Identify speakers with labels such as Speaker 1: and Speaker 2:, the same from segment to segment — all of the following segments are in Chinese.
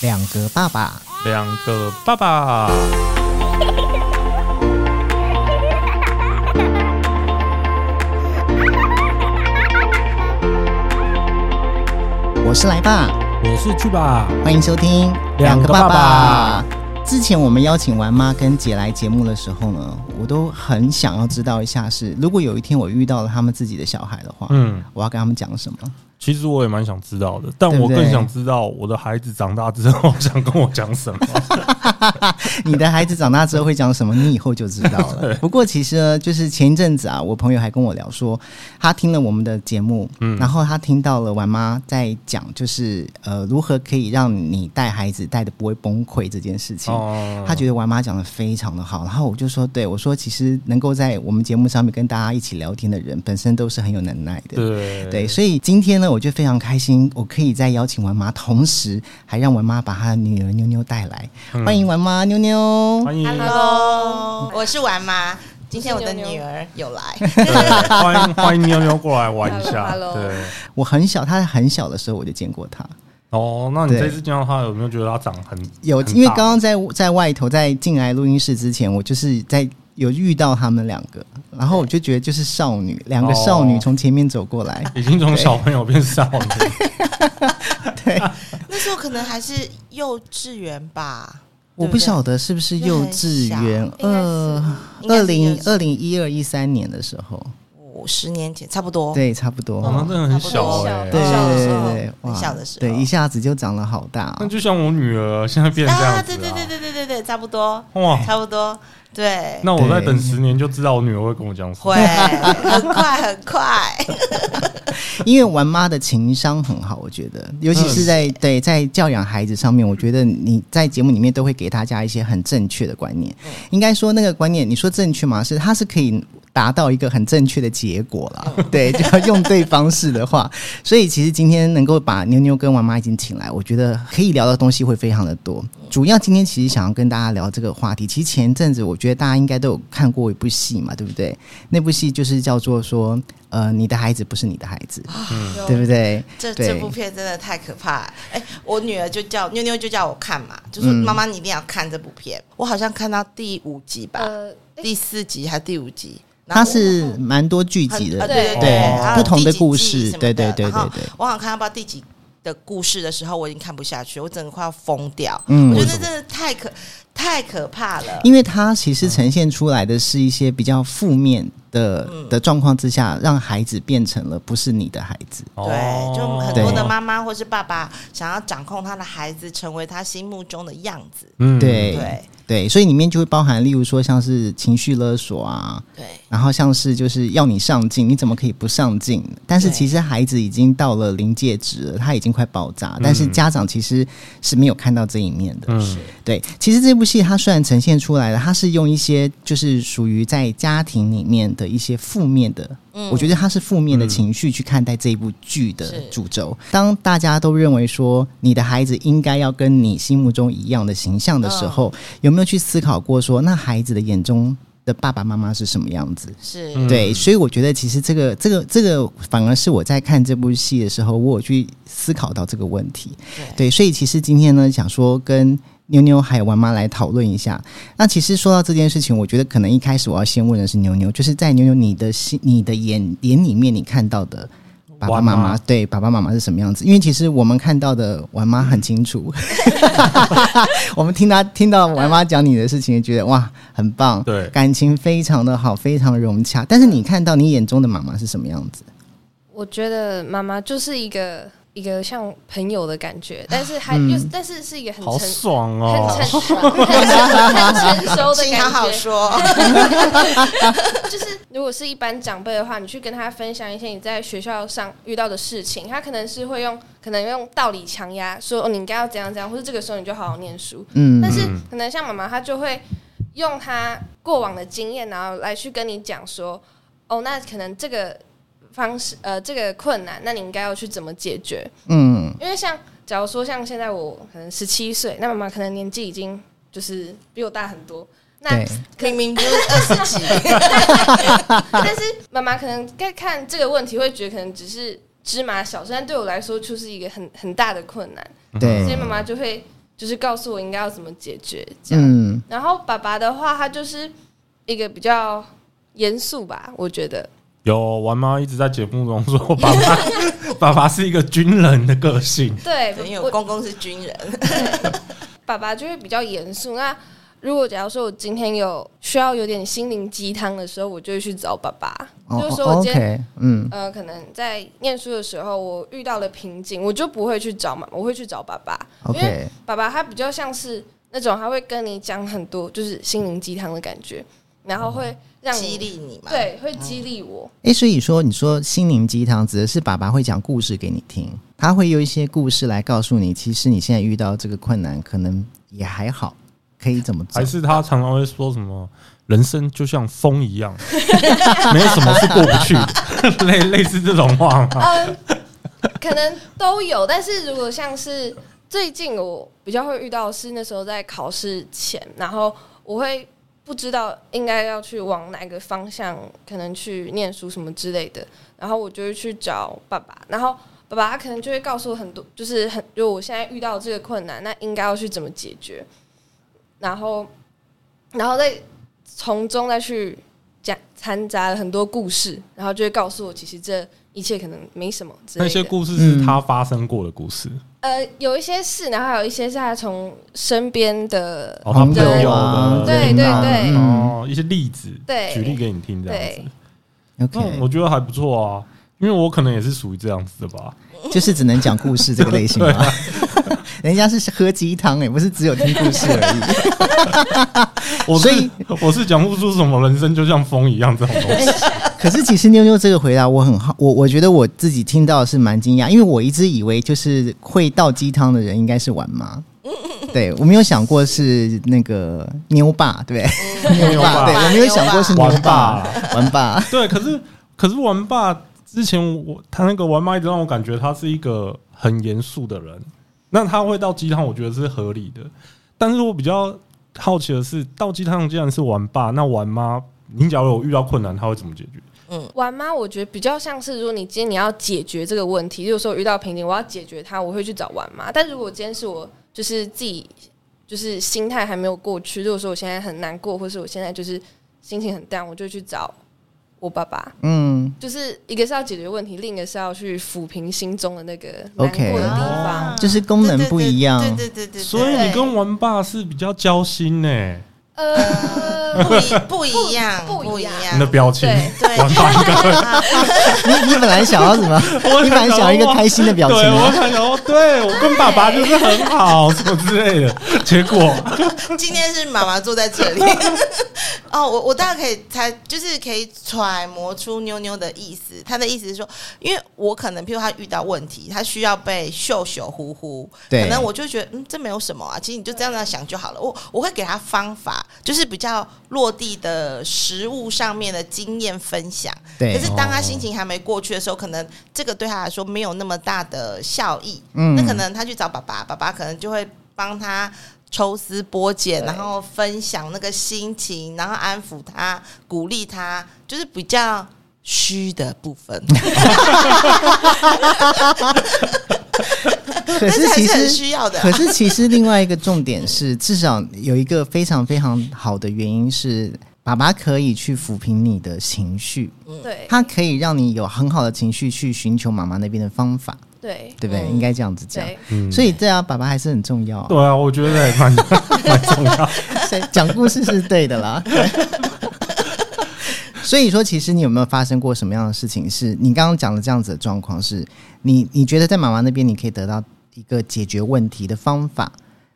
Speaker 1: 两个爸爸，
Speaker 2: 两个爸爸，
Speaker 1: 我是来爸，
Speaker 2: 我是去吧。
Speaker 1: 欢迎收听
Speaker 2: 两个爸爸
Speaker 1: 之前我们邀请完妈跟姐来节目的时候呢，我都很想要知道一下是，如果有一天我遇到了他们自己的小孩的话，
Speaker 2: 嗯，
Speaker 1: 我要跟他们讲什么？
Speaker 2: 其实我也蛮想知道的，但
Speaker 1: 对不
Speaker 2: 我
Speaker 1: 对
Speaker 2: 更想知道我的孩子长大之后 想跟我讲什么。
Speaker 1: 你的孩子长大之后会讲什么，你以后就知道 了。不过其实呢，就是前一阵子啊，我朋友还跟我聊说，他听了我们的节目，
Speaker 2: 嗯
Speaker 1: 然后他听到了婉妈在讲，就是呃，如何可以让你带孩子带的不会崩溃这件事情。
Speaker 2: 哦
Speaker 1: 他觉得婉妈讲的非常的好，然后我就说，对我说，其实能够在我们节目上面跟大家一起聊天的人，本身都是很有能耐的。
Speaker 2: 对
Speaker 1: 对，所以今天呢，我就非常开心，我可以再邀请文妈，同时还让文妈把她的女儿妞妞带来，欢迎文妈妞妞。
Speaker 2: 嗯欢迎
Speaker 3: Hello，我是玩妈。今天我的女儿 有来，
Speaker 2: 对欢迎 欢迎妞妞过来玩一下。
Speaker 4: Hello，hello
Speaker 2: 对，
Speaker 1: 我很小，她很小的时候我就见过她，
Speaker 2: 哦，那你
Speaker 1: 对
Speaker 2: 这次见到他有没有觉得他长很
Speaker 1: 有
Speaker 2: 很大
Speaker 1: 因为刚刚在在外头在进来录音室之前，我就是在。有遇到他们两个，然后我就觉得就是少女，两个少女
Speaker 2: 哦
Speaker 1: 从前面走过来，
Speaker 2: 已经从小朋友变少女？
Speaker 3: 那时候可能还是幼稚园吧，
Speaker 1: 我不晓得是不是幼稚园
Speaker 4: 应该是
Speaker 1: 二
Speaker 3: 嗯应该
Speaker 1: 二
Speaker 3: 是幼
Speaker 1: 零
Speaker 3: 稚
Speaker 1: 二零一二一三年的时候，
Speaker 3: 五十年前差不多。
Speaker 1: 对，差不多。
Speaker 2: 哦，那真的很小
Speaker 4: 差不多
Speaker 2: 哎、
Speaker 1: 对
Speaker 3: 小的
Speaker 1: 对
Speaker 3: 时候
Speaker 1: 对对，哇
Speaker 3: 很小的时候
Speaker 1: 对，一下子就长得好大、
Speaker 2: 那
Speaker 1: 哦。
Speaker 2: 就像我女儿现在变这样
Speaker 3: 啊，
Speaker 2: 子、
Speaker 3: 对
Speaker 2: 啊，
Speaker 3: 对对对对对对，差不多，
Speaker 2: 哇！
Speaker 3: 差不多，对，
Speaker 2: 那我再等十年就知道我女儿会跟我讲什 么。
Speaker 3: 会很快很快。
Speaker 1: 因为玩妈的情商很好，我觉
Speaker 2: 嗯
Speaker 1: 得，尤其是在、对在教养孩子上面，我觉得你在节目里面都会给大家一些很正确的观念。
Speaker 3: 嗯
Speaker 1: 应该说那个观念，你说正确吗？是它是可以。达到一个很正确的结果啦，
Speaker 3: 嗯
Speaker 1: 对，就要用对方式的话，所以其实今天能够把妞妞跟王妈已经请来，我觉得可以聊的东西会非常的多。主要今天其实想要跟大家聊这个话题，其实前阵子我觉得大家应该都有看过一部戏嘛，对不对？那部戏就是叫做说，呃，你的孩子不是你的孩子，对不对？
Speaker 3: 这
Speaker 1: 对
Speaker 3: 这部片真的太可怕了。哎，我女儿就叫妞妞就叫我看嘛，就说
Speaker 1: 嗯
Speaker 3: 妈妈你一定要看这部片。我好像看到第五集吧，
Speaker 4: 呃，
Speaker 3: 第四集还是第五集？然后
Speaker 1: 它是蛮多剧集
Speaker 3: 很呃
Speaker 1: 的，
Speaker 3: 对
Speaker 2: 对
Speaker 3: 然
Speaker 1: 不
Speaker 3: 后
Speaker 1: 同的
Speaker 3: 第几
Speaker 1: 故
Speaker 3: 季
Speaker 1: 事
Speaker 3: 什，么
Speaker 1: 对对
Speaker 3: 的
Speaker 1: 对
Speaker 3: 然
Speaker 1: 对
Speaker 3: 后
Speaker 1: 对。
Speaker 3: 我好像看到不知道第几的故事的时候，我已经看不下去，我整个快要疯掉。
Speaker 1: 嗯
Speaker 3: 我觉得真的太可太可怕了。
Speaker 1: 因为它其实呈现出来的是一些比较负面的、
Speaker 3: 嗯
Speaker 1: 的状况之下，让孩子变成了不是你的孩子。
Speaker 2: 哦
Speaker 3: 对，就很
Speaker 1: 对
Speaker 3: 多的妈妈或是爸爸想要掌控他的孩子，成为他心目中的样子。
Speaker 2: 嗯
Speaker 1: 对
Speaker 3: 对
Speaker 1: 对，所以里面就会包含，例如说像是情绪勒索啊，
Speaker 3: 对
Speaker 1: 然后像是就是要你上进，你怎么可以不上进？但是
Speaker 3: 对
Speaker 1: 其实孩子已经到了临界值了，他已经快爆炸，但是家长其实是没有看到这一面的。
Speaker 2: 嗯，
Speaker 1: 对，其实这部戏它虽然呈现出来了，它是用一些就是属于在家庭里面的一些负面的，
Speaker 3: 嗯
Speaker 1: 我觉得它是负面的情绪去看待这一部剧的
Speaker 3: 是
Speaker 1: 主轴。当大家都认为说你的孩子应该要跟你心目中一样的形象的时候，有没有去思考过说，那孩子的眼中的爸爸妈妈是什么样子？
Speaker 3: 是，
Speaker 2: 嗯
Speaker 1: 对，所以我觉得其实这个这个这个反而是我在看这部戏的时候，我有去思考到这个问题。
Speaker 3: 对
Speaker 1: 对，所以其实今天呢，想说跟妞妞还有玩妈来讨论一下。那其实说到这件事情，我觉得可能一开始我要先问的是妞妞，就是在妞妞你的心、你的眼眼里面，你看到的。爸爸
Speaker 2: 玩
Speaker 1: 妈
Speaker 2: 妈
Speaker 1: 妈对爸爸妈妈是什么样子？因为其实我们看到的玩妈很清楚， 我们听她听到玩妈讲你的事情，也觉得哇很棒，
Speaker 2: 对
Speaker 1: 感情非常的好，非常融洽。但是你看到你眼中的妈妈是什么样子？
Speaker 4: 我觉得妈妈就是一个一个像朋友的感觉，但是还
Speaker 1: 嗯
Speaker 4: 就是但是是一个很
Speaker 2: 好
Speaker 4: 成
Speaker 2: 爽
Speaker 4: 很
Speaker 2: 哦！
Speaker 4: 成熟、很成很成熟的
Speaker 3: 请好
Speaker 4: 感
Speaker 3: 好
Speaker 4: 觉。
Speaker 3: 说。
Speaker 4: 就是如果是一般长辈的话，你去跟他分享一些你在学校上遇到的事情，他可能是会用可能用道理强压，说、哦、你应该要怎样怎样，或是这个时候你就好好念书。
Speaker 1: 嗯
Speaker 4: 但是可能像妈妈，她就会用她过往的经验，然后来去跟你讲说，哦，那可能这个方式，呃，这个困难，那你应该要去怎么解决？
Speaker 1: 嗯
Speaker 4: 因为像假如说像现在我可能十七岁，那妈妈可能年纪已经就是比我大很多，那
Speaker 1: 对，
Speaker 3: 明明就是二 十几，
Speaker 4: 但是妈妈可能在看这个问题，会觉得可能只是芝麻小事，但对我来说就是一个很很大的困难，
Speaker 1: 对
Speaker 4: 所以妈妈就会就是告诉我应该要怎么解决这样。
Speaker 1: 嗯
Speaker 4: 然后爸爸的话，他就是一个比较严肃吧，我觉得。
Speaker 2: 有玩妈一直在节目中说，爸爸 爸爸是一个军人的个性，
Speaker 4: 对，
Speaker 3: 因为
Speaker 4: 我
Speaker 3: 我公公是军人，
Speaker 4: 爸爸就会比较严肃。那如果假如说我今天有需要有点心灵鸡汤的时候，我就会去找爸爸，
Speaker 1: 哦
Speaker 4: 就是
Speaker 1: 哦
Speaker 4: 说我今天。
Speaker 1: ，OK，嗯
Speaker 4: 呃，可能在念书的时候，我遇到了瓶颈，我就不会去找妈，我会去找爸爸，因为
Speaker 1: ，OK，
Speaker 4: 爸爸他比较像是那种他会跟你讲很多就是心灵鸡汤的感觉，然后会让你
Speaker 3: 嗯激，励你嘛。，
Speaker 4: 对，会激励我。
Speaker 1: 哎，所以说你说心灵鸡汤指的是爸爸会讲故事给你听，他会有一些故事来告诉你，其实你现在遇到这个困难，可能也还好，可以怎么做
Speaker 2: 还？是他常常会说什么“人生就像风一 样，没有什么是过不去的”，类类似这种话吗？
Speaker 4: 嗯，可能都有，但是如果像是最近我比较会遇到的是那时候在考试前，然后我会不知道应该要去往哪个方向，可能去念书什么之类的，然后我就会去找爸爸，然后。爸爸他可能就会告诉我很多，就是很就我现在遇到这个困难，那应该要去怎么解决，然后，然后再从中再去讲掺杂了很多故事，然后就会告诉我，其实这一切可能没什么之
Speaker 2: 那
Speaker 4: 类的。
Speaker 2: 些故事是他发生过的故事，
Speaker 4: 呃，有一些是，然后还有一些是他从身边的，
Speaker 2: 哦，他朋
Speaker 4: 对
Speaker 2: 友啊的，
Speaker 4: 对对对
Speaker 2: 哦，一些例子，
Speaker 4: 对
Speaker 2: 举例给你听，这样子
Speaker 4: 对。
Speaker 2: 嗯，
Speaker 1: ，OK，
Speaker 2: 我觉得还不错啊，因为我可能也是属于这样子的吧。
Speaker 1: 就是只能讲故事这个类 型吗？
Speaker 2: 啊
Speaker 1: 人家是喝鸡汤哎，不是只有听故事而已。
Speaker 2: 我
Speaker 1: 所
Speaker 2: 是
Speaker 1: 以
Speaker 2: 我是讲不出什么人生就像风一样这种东西。
Speaker 1: 可是其实妞妞这个回答我很好，我我觉得我自己听到是蛮惊讶，因为我一直以为就是会倒鸡汤的人应该是玩妈。
Speaker 3: 嗯
Speaker 1: 对，我没有想过是那个妞爸，对不
Speaker 3: 嗯
Speaker 1: 对？
Speaker 2: 妞爸
Speaker 1: 对我没有想过是妞
Speaker 2: 玩
Speaker 1: 爸
Speaker 2: 爸，
Speaker 1: 玩爸，
Speaker 2: 对，可是可是玩爸之前我他那个玩爸一直让我感觉他是一个很严肃的人，那他会倒鸡汤，我觉得是合理的。但是我比较好奇的是，倒鸡汤既然是玩爸，那玩妈，你假如有遇到困难，他会怎么解决？
Speaker 4: 玩妈，我觉得比较像是，如果你今天你要解决这个问题，就是说我遇到瓶颈，我要解决它，我会去找玩妈。但如果今天是我就是自己就是心态还没有过去，如果说我现在很难过，或是我现在就是心情很 down，我就去找我爸爸。
Speaker 1: 嗯，
Speaker 4: 就是一个是要解决问题，另一个是要去抚平心中的那个难过的地方。
Speaker 1: 就是功能不一样
Speaker 3: 对对对对对对，
Speaker 2: 所以你跟玩爸是比较交心呢、
Speaker 4: 呃，
Speaker 3: 不一不一样，
Speaker 4: 不
Speaker 3: 不一
Speaker 4: 不一
Speaker 3: 样
Speaker 2: 你的。表情，
Speaker 3: 对
Speaker 2: 玩爸应该会。
Speaker 1: 你你本来想要什么？
Speaker 2: 我
Speaker 1: 你本来想要一个开心的表情啊
Speaker 2: 对我
Speaker 1: 吗？
Speaker 2: 想要，对我跟爸爸就是很好什么之类的，结果
Speaker 3: 今天是妈妈坐在这里， 哦，我我大概可以猜，就是可以揣摩出妞妞的意思。她的意思是说，因为我可能，譬如她遇到问题，她需要被秀秀呼呼，
Speaker 1: 对
Speaker 3: 可能我就觉得，嗯，这没有什么啊，其实你就这样这样想就好了。我我会给她方法，就是比较落地的实物上面的经验分享。
Speaker 1: 对哦
Speaker 3: 可是当她心情还没过去的时候，可能这个对她来说没有那么大的效益。
Speaker 1: 嗯
Speaker 3: 那可能她去找爸爸，爸爸可能就会帮她。抽丝剥茧，然后分享那个心情，然后安抚他、鼓励他，就是比较虚的部 分。
Speaker 1: 可
Speaker 3: 但是还
Speaker 1: 其
Speaker 3: 是很
Speaker 1: 实
Speaker 3: 需要的啊
Speaker 1: 可是其实另外一个重点是，至少有一个非常非常好的原因是，爸爸可以去抚平你的情绪，
Speaker 4: 对
Speaker 1: 它可以让你有很好的情绪去寻求妈妈那边的方法，
Speaker 4: 对
Speaker 1: 对不对？
Speaker 3: 嗯
Speaker 1: 应该这样子讲。
Speaker 4: 对，哦
Speaker 1: 所以对啊，爸爸还是很重要、啊，
Speaker 2: 对啊，我觉得也蛮 蛮重要。
Speaker 1: 所以讲故事是对的啦。所以说，其实你有没有发生过什么样的事情？是你刚刚讲的这样子的状况？是你你觉得在妈妈那边你可以得到一个解决问题的方法，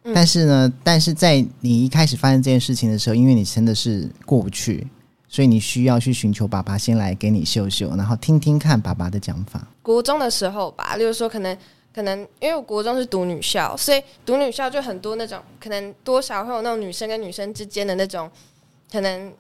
Speaker 4: 嗯
Speaker 1: 但是呢，但是在你一开始发生这件事情的时候，因为你真的是过不去，所以你需要去寻求爸爸先来给你秀秀，然后听听看爸爸的讲法。
Speaker 4: 国中的时候吧，例如说可能可能因为我国中是读女校，所以读女校就很多那种可能多少会有那种女生跟女生之间的那种可能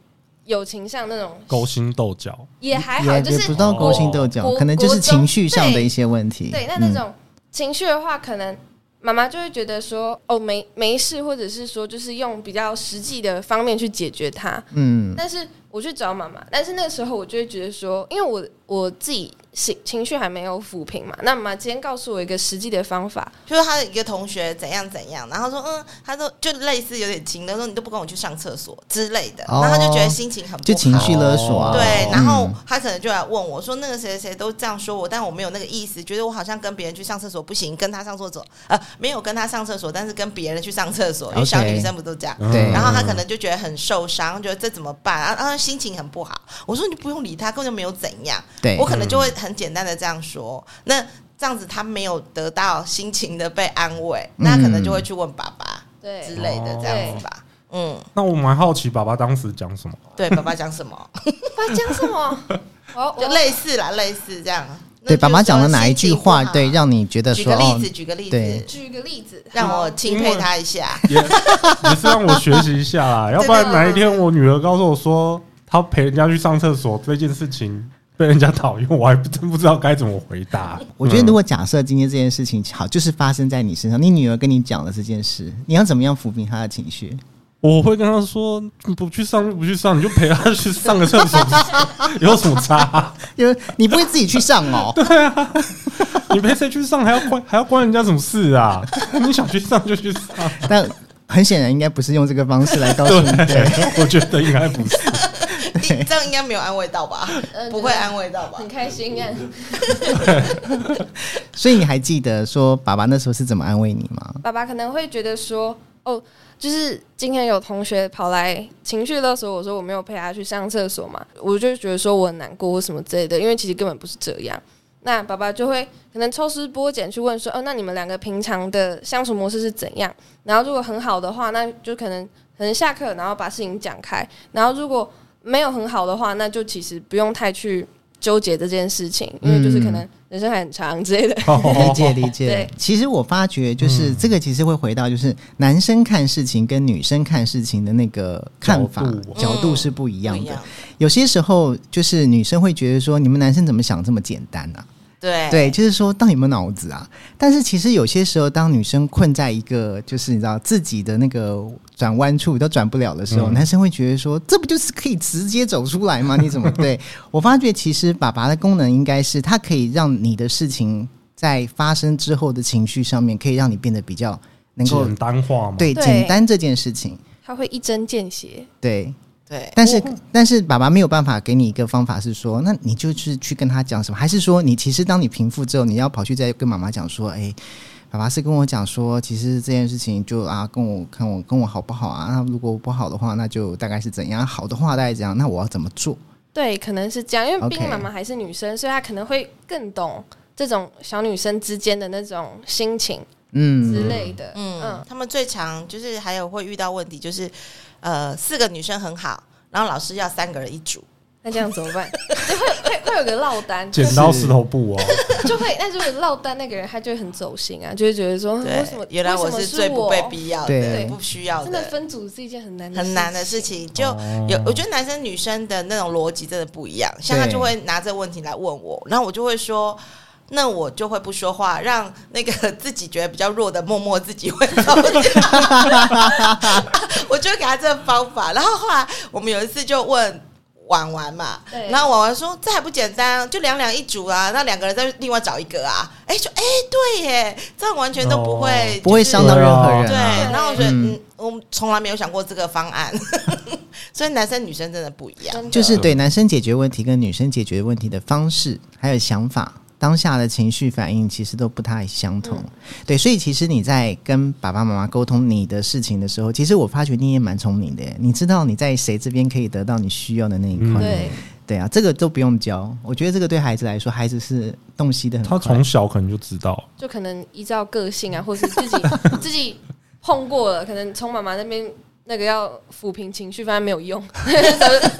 Speaker 4: 友情上那种
Speaker 2: 勾心斗角，
Speaker 4: 也还好，
Speaker 1: 也
Speaker 4: 就
Speaker 1: 也
Speaker 4: 是
Speaker 1: 不到勾心斗角，
Speaker 4: 国
Speaker 1: 可能就是
Speaker 4: 国中
Speaker 1: 情绪上的一些问题。
Speaker 4: 对，那
Speaker 1: 嗯
Speaker 4: 那种情绪的话，可能妈妈就会觉得说哦没没事，或者是说就是用比较实际的方面去解决它。
Speaker 1: 嗯
Speaker 4: 但是我去找妈妈，但是那个时候我就会觉得说，因为我我自己情情绪还没有抚平嘛，那妈妈今天告诉我一个实际的方法，
Speaker 3: 就是他的一个同学怎样怎样，然后说嗯，他说就类似有点情的，说你都不跟我去上厕所之类的，
Speaker 1: 哦
Speaker 3: 然后他就觉得心情很不好，
Speaker 1: 就情绪勒索啊。
Speaker 3: 对，然后
Speaker 1: 嗯
Speaker 3: 他可能就来问我说：“那个谁谁谁都这样说我，但我没有那个意思，觉得我好像跟别人去上厕所不行，跟他上厕所呃没有跟他上厕所，但是跟别人去上厕所，因为
Speaker 1: OK
Speaker 3: 小女生不都这样？
Speaker 1: 对
Speaker 3: 然后他可能就觉得很受伤，
Speaker 1: 嗯
Speaker 3: 觉得这怎么办？然后然后心情很不好。我说你不用理他，根本就没有怎样。
Speaker 1: 对
Speaker 3: 我可能就会很简单的这样说。那这样子他没有得到心情的被安慰，
Speaker 1: 嗯
Speaker 3: 那他可能就会去问爸爸
Speaker 4: 对
Speaker 3: 之类的
Speaker 2: 哦
Speaker 3: 这样子吧。嗯，
Speaker 2: 那我蛮好奇爸爸当时讲什么。
Speaker 3: 对，爸爸讲什么？
Speaker 4: 爸讲 什么？我
Speaker 3: 就
Speaker 4: 我
Speaker 3: 类似啦，类似这样。
Speaker 1: 对，
Speaker 3: 那就是
Speaker 1: 爸妈讲了哪一
Speaker 3: 说
Speaker 1: 句
Speaker 3: 心情不
Speaker 1: 话，
Speaker 3: 好
Speaker 1: 对，让你觉得
Speaker 3: 举
Speaker 1: 说
Speaker 3: 个
Speaker 1: 哦
Speaker 3: 例子，，举个例
Speaker 1: 对
Speaker 3: 子，
Speaker 4: 举个例子，
Speaker 3: 让
Speaker 4: 好
Speaker 3: 我钦佩他一 下。
Speaker 2: 也 也是让我学习一下啦，要不然哪一天我女儿告诉我说她陪人家去上厕所这件事情被人家讨厌，我还真不知道该怎么回答。嗯
Speaker 1: 我觉得如果假设今天这件事情好，就是发生在你身上，你女儿跟你讲了这件事，你要怎么样抚平她的情绪？
Speaker 2: 我会跟她说不去上就不去上，你就陪她去上个厕所，有什么差、
Speaker 1: 就是你不会自己去上哦，
Speaker 2: 你陪谁去上还要关还要关人家什么事啊？你想去上就去上，
Speaker 1: 但很显然应该不是用这个方式来告诉你，对，
Speaker 2: 我觉得应该不是。
Speaker 3: 这样应该没有安慰到 吧
Speaker 4: 嗯？
Speaker 3: 不会安慰到吧
Speaker 4: 很？开心啊，
Speaker 1: 所以你还记得说爸爸那时候是怎么安慰你吗？
Speaker 4: 爸爸可能会觉得说，哦，就是今天有同学跑来情绪勒索我说我没有陪他去上厕所嘛，我就觉得说我很难过或什么之类的，因为其实根本不是这样。那爸爸就会可能抽丝剥茧去问说，哦，那你们两个平常的相处模式是怎样？然后如果很好的话，那就可能可能下课然后把事情讲开，然后如果没有很好的话，那就其实不用太去纠结这件事情，因为就是可能人生还很长之
Speaker 2: 嗯
Speaker 4: 类的。
Speaker 2: 哦
Speaker 1: 理解理解
Speaker 4: 对。
Speaker 1: 其实我发觉，就是这个其实会回到，就是男生看事情跟女生看事情的那个看法
Speaker 2: 角度
Speaker 1: 角度是不一
Speaker 3: 嗯不
Speaker 1: 样
Speaker 3: 一
Speaker 1: 的
Speaker 3: 样。，
Speaker 1: 有些时候就是女生会觉得说，你们男生怎么想这么简单啊？
Speaker 3: 对
Speaker 1: 对，就是说到底有没有脑子啊？但是其实有些时候，当女生困在一个就是你知道自己的那个转弯处都转不了的时候，男生会觉得说，这不就是可以直接走出来吗？你怎么对我发觉，其实爸爸的功能应该是它可以让你的事情在发生之后的情绪上面，可以让你变得比较能够
Speaker 2: 简单化嘛，
Speaker 1: 对
Speaker 4: 对
Speaker 1: 简单这件事情。
Speaker 4: 他会一针见血，
Speaker 1: 对，
Speaker 3: 对，
Speaker 1: 但是但是爸爸没有办法给你一个方法，是说，那你就是去跟他讲什么？还是说你其实当你平复之后，你要跑去再跟妈妈讲说，哎、爸爸是跟我讲说，其实这件事情就啊，跟我看我跟我好不好啊？那如果不好的话，那就大概是怎样；好的话，大概怎样？那我要怎么做？
Speaker 4: 对，可能是这样，因为
Speaker 1: OK
Speaker 4: 毕竟妈妈还是女生所以她可能会更懂这种小女生之间的那种心情
Speaker 1: 嗯，
Speaker 4: 之类的。嗯
Speaker 3: 嗯，他们最常就是还有会遇到问题，就是呃，四个女生很好，然后老师要三个人一组，
Speaker 4: 那这样怎 么办？就会会会有个落单，就
Speaker 2: 剪刀石 头布哦。
Speaker 4: 就会那就是落单那个人，他就会很走心啊，就会觉得说为
Speaker 3: 对
Speaker 4: 什么，
Speaker 3: 原来
Speaker 4: 为什
Speaker 3: 我
Speaker 4: 么
Speaker 3: 是
Speaker 4: 是
Speaker 3: 最不被必要的
Speaker 1: 对，
Speaker 3: 不需要
Speaker 4: 真的
Speaker 3: 的。
Speaker 4: 分组是一件很难的
Speaker 3: 很难的事。情，就
Speaker 1: 哦
Speaker 3: 有我觉得男生女生的那种逻辑真的不一样，像他
Speaker 1: 对
Speaker 3: 就会拿这个问题来问我，然后我就会说，那我就会不说话，让那个 自己觉得比较弱的默默自己会吵架 我就给他这个方法，然后后来我们有一次就问。婉婉嘛
Speaker 4: 对，
Speaker 3: 然后婉婉说：“这还不简单，就两两一组啊，那两个人再另外找一个啊。”哎，就哎，对耶，这样完全都不会、
Speaker 1: 哦不会
Speaker 3: 就是
Speaker 1: 伤到任何人、
Speaker 3: 对，
Speaker 1: 啊。
Speaker 3: 然后我觉得，
Speaker 1: 嗯
Speaker 3: 嗯，我们从来没有想过这个方案， 所以男生女生真的不一样。
Speaker 4: 真的
Speaker 1: 就是对男生解决问题跟女生解决问题的方式，还有想法，当下的情绪反应其实都不太相同。
Speaker 4: 嗯
Speaker 1: 对，所以其实你在跟爸爸妈妈沟通你的事情的时候，
Speaker 4: 嗯
Speaker 1: 其实我发觉你也蛮聪明的耶，你知道你在谁这边可以得到你需要的那一块。
Speaker 4: 对，
Speaker 1: 对啊，这个都不用教，我觉得这个对孩子来说，孩子是洞悉的很
Speaker 2: 他
Speaker 1: 快。
Speaker 2: 从小可能就知道，
Speaker 4: 就可能依照个性啊，或是自己自己碰过了，可能从妈妈那边那个要抚平情绪，发现没有 用，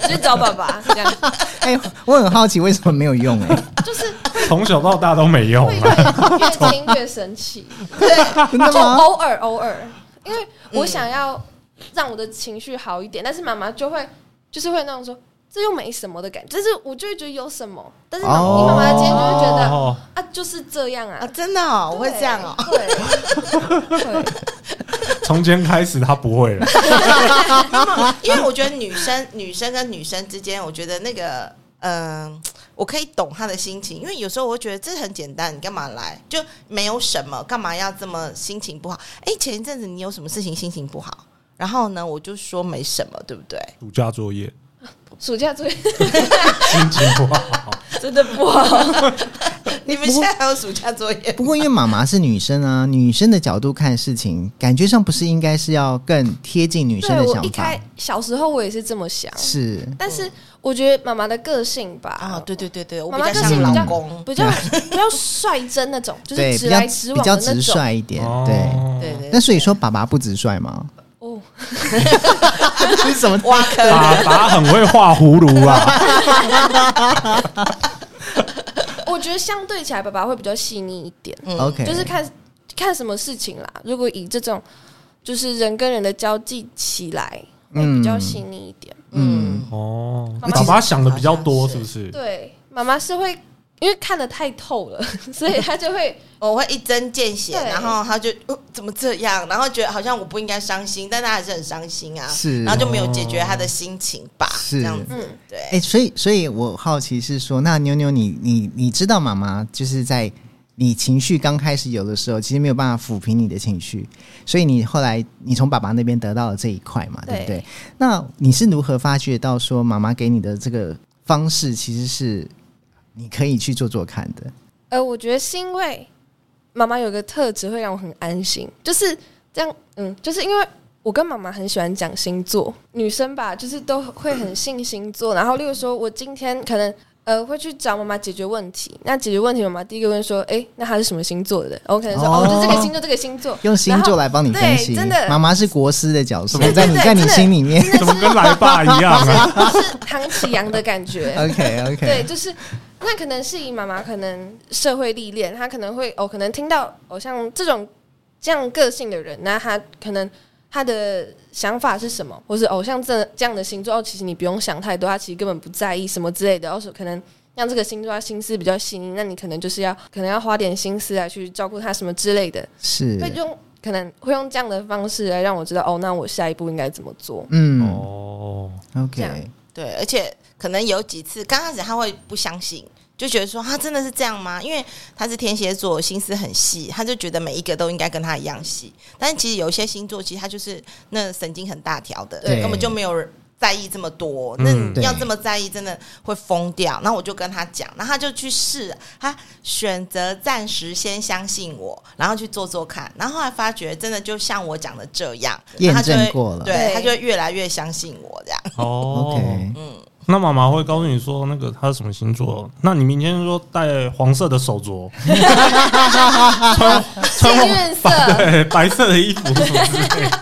Speaker 4: 直接找爸爸这样，
Speaker 1: 哎、我很好奇为什么没有用 哎、
Speaker 4: 就是
Speaker 2: 从小到大都没
Speaker 1: 哦
Speaker 2: 用
Speaker 4: 会
Speaker 2: 啊。
Speaker 4: 越越听越生气，
Speaker 1: 真的
Speaker 4: 就
Speaker 1: 吗？
Speaker 4: 偶尔偶尔，因为我想要让我的情绪好一点，但是妈妈就会就是会那种说。这又没什么的感觉，就是我就会觉得有什么，但是妈
Speaker 1: 哦
Speaker 4: 你妈妈今天就会觉得、
Speaker 2: 哦
Speaker 4: 啊，就是这样啊
Speaker 3: 啊，，真的哦，我会
Speaker 4: 对
Speaker 3: 这样哦。，
Speaker 4: 对，对
Speaker 2: 从今天开始他不会了，
Speaker 3: 因为我觉得女生、女生跟女生之间，我觉得那个，嗯、我可以懂她的心情，因为有时候我会觉得这很简单，你干嘛来？就没有什么，干嘛要这么心情不好？哎、前一阵子你有什么事情心情不好？然后呢，我就说没什么，对不对？
Speaker 2: 暑假作业
Speaker 4: 暑假作业
Speaker 2: 心情不 好，
Speaker 4: 真的不好，
Speaker 3: 你们现在还有暑假作业？
Speaker 1: 不过因为妈妈是女生啊，女生的角度看事情，感觉上不是应该是要更贴近女生
Speaker 4: 对
Speaker 1: 的
Speaker 4: 我
Speaker 1: 想
Speaker 4: 一
Speaker 1: 法
Speaker 4: 开？小时候我也是这么想，
Speaker 1: 是，
Speaker 4: 但是我觉得妈妈的个性吧，
Speaker 3: 啊，对对对对，我
Speaker 4: 妈
Speaker 3: 比
Speaker 4: 妈
Speaker 3: 较
Speaker 4: 个
Speaker 3: 像
Speaker 4: 性比
Speaker 3: 老
Speaker 4: 较
Speaker 3: 公，
Speaker 4: 比较比较率真那种，就
Speaker 1: 对，
Speaker 4: 是
Speaker 1: 比
Speaker 4: 直
Speaker 1: 较
Speaker 4: 来直
Speaker 1: 比
Speaker 4: 往
Speaker 1: 较
Speaker 4: 的那
Speaker 1: 直
Speaker 4: 种。
Speaker 1: 率一点，
Speaker 2: 哦
Speaker 1: 对。
Speaker 3: 对对
Speaker 1: 那
Speaker 3: 对，
Speaker 1: 所以说，爸爸不直率吗？
Speaker 4: 哦，
Speaker 1: 这是什么？
Speaker 3: 挖坑。
Speaker 2: 爸爸很会画葫芦啊，
Speaker 4: 我觉得相对起来，爸爸会比较细腻一点，
Speaker 3: 嗯
Speaker 1: OK，
Speaker 4: 就是看看什么事情啦。如果以这种就是人跟人的交际起来，会比较细腻一点。
Speaker 1: 嗯，
Speaker 2: 哦，
Speaker 4: 妈妈
Speaker 2: 爸爸想的比较多，
Speaker 3: 好
Speaker 2: 是
Speaker 3: 像
Speaker 2: 不
Speaker 3: 是
Speaker 2: 是？
Speaker 4: 对，妈妈是会因为看得太透了， 所以她就会
Speaker 3: 我会一针见血，
Speaker 4: 对
Speaker 3: 然后他就、呃、怎么这样，然后觉得好像我不应该伤心，但他还是很伤心啊，
Speaker 1: 是
Speaker 3: 然后就没有解决他的心情吧，
Speaker 1: 是
Speaker 3: 这样子，
Speaker 4: 嗯
Speaker 3: 对，
Speaker 1: 哎、所以，所以我好奇是说，那妞妞你，你你知道妈妈就是在你情绪刚开始有的时候，其实没有办法抚平你的情绪，所以你后来你从爸爸那边得到了这一块嘛，对不对？
Speaker 4: 对
Speaker 1: 那你是如何发觉到说妈妈给你的这个方式其实是你可以去做做看的？
Speaker 4: 呃，我觉得是因为妈妈有个特质会让我很安心，就是这样，嗯，就是因为我跟妈妈很喜欢讲星座，女生吧，就是都会很信星座。然后，例如说，我今天可能呃会去找妈妈解决问题，那解决问题，妈妈第一个问说，诶，那她是什么星座的？我可能说，哦，
Speaker 1: 哦
Speaker 4: 我就这个星座，这个星座，
Speaker 1: 用星座来帮你
Speaker 4: 然后
Speaker 1: 分析，
Speaker 4: 对，真的
Speaker 1: 妈妈是国师的角色，
Speaker 4: 对
Speaker 1: 在你
Speaker 4: 对对
Speaker 1: 在你
Speaker 4: 真的
Speaker 1: 心里 面。
Speaker 4: 真
Speaker 2: 怎
Speaker 4: 的
Speaker 2: 么
Speaker 4: 是
Speaker 2: 跟来爸一样啊？
Speaker 4: 就是唐启阳的感觉，
Speaker 1: OK
Speaker 4: 对，
Speaker 1: OK，
Speaker 4: 就是那可能是以妈妈可能社会历练，她可能会哦，可能听到哦像这种这样个性的人，那她可能她的想法是什么，或是偶哦像这这样的星座，哦，其实你不用想太多，她其实根本不在意什么之类的，然后是可能。让这个星座他心思比较细腻，那你可能就是要可能要花点心思来去照顾他什么之类的，
Speaker 1: 是
Speaker 4: 会，用可能会用这样的方式来让我知道哦，那我下一步应该怎么做。
Speaker 1: 嗯
Speaker 2: 哦，
Speaker 4: 这样
Speaker 1: ，OK，
Speaker 3: 对，而且可能有几次刚开始他会不相信，就觉得说他真的是这样吗？因为他是天蝎座，心思很细，他就觉得每一个都应该跟他一样细。但其实有一些星座，其实他就是那神经很大条的，
Speaker 1: 对
Speaker 3: 根本就没有人。在意这么多，那
Speaker 2: 嗯
Speaker 3: 你要
Speaker 1: 对
Speaker 3: 这么在意，真的会疯掉。那我就跟他讲，然后他就去试，啊他选择暂时先相信我，然后去做做看。然后后来发觉，真的就像我讲的这样，
Speaker 1: 验
Speaker 3: 他就会
Speaker 1: 证过了
Speaker 3: 对他就会越来越相信我这样。
Speaker 2: 哦
Speaker 1: 嗯，OK，
Speaker 2: 那妈妈会告诉你说，那个他是什么星座？那你明天说戴黄色的手镯， 穿穿
Speaker 4: 幸运色
Speaker 2: 白对白色的衣服什么之类的。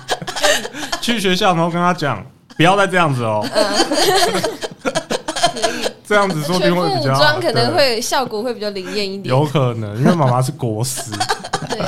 Speaker 2: 去学校，然后跟他讲，不要再这样子哦。
Speaker 4: 嗯
Speaker 2: 这样子说不
Speaker 4: 全
Speaker 2: 定
Speaker 4: 副
Speaker 2: 会
Speaker 4: 武
Speaker 2: 比较好
Speaker 4: 装可能
Speaker 2: 对
Speaker 4: 会效果会比较灵验一点。
Speaker 2: 有可能，因为妈妈是国师，
Speaker 4: 对，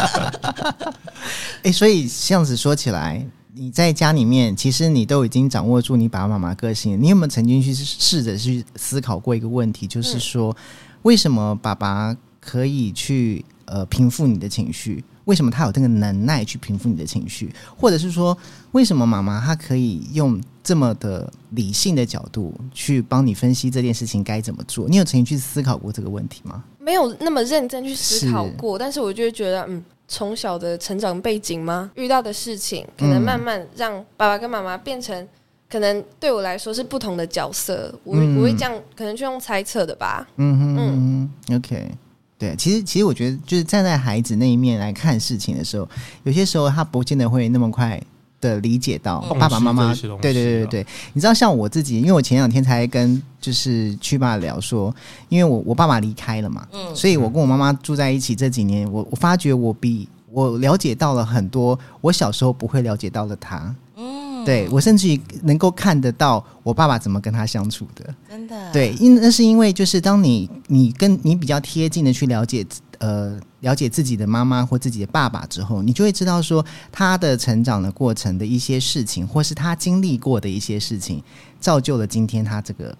Speaker 1: 哎、所以这样子说起来，你在家里面，其实你都已经掌握住你爸爸妈妈个性。你有没有曾经去试着去思考过一个问题，就是说，为什么爸爸可以去呃平复你的情绪？为什么他有这个能耐去平复你的情绪？或者是说，为什么妈妈她可以用这么的理性的角度去帮你分析这件事情该怎么做？你有曾经去思考过这个问题吗？
Speaker 4: 没有那么认真去思考
Speaker 1: 是
Speaker 4: 过，但是我就会觉得，嗯，从小的成长背景吗？遇到的事情，可能
Speaker 1: 嗯
Speaker 4: 慢慢让爸爸跟妈妈变成，可能对我来说是不同的角色。我会、
Speaker 1: 嗯
Speaker 4: 我会这样，可能就用猜测的吧。
Speaker 1: 嗯哼嗯哼，OK。对，其实其实我觉得，就是站在孩子那一面来看事情的时候，有些时候他不见得会那么快的理解到
Speaker 2: 嗯
Speaker 1: 爸爸妈妈
Speaker 2: 洞悉这些东西啊，
Speaker 1: 对对对对，你知道像我自己，因为我前两天才跟就是去爸聊说，因为我我爸爸离开了嘛，
Speaker 3: 嗯
Speaker 1: 所以我跟我妈妈住在一起这几年，我我发觉我比我了解到了很多我小时候不会了解到的他，
Speaker 3: 嗯，
Speaker 1: 对我甚至于能够看得到我爸爸怎么跟他相处的，
Speaker 3: 真的，
Speaker 1: 对，因那是因为就是当你你跟你比较贴近的去了解呃了解自己的妈妈或自己的爸爸之后，你就会知道说他的成长的过程的一些事情，或是他经历过的一些事情，造就了今天他这个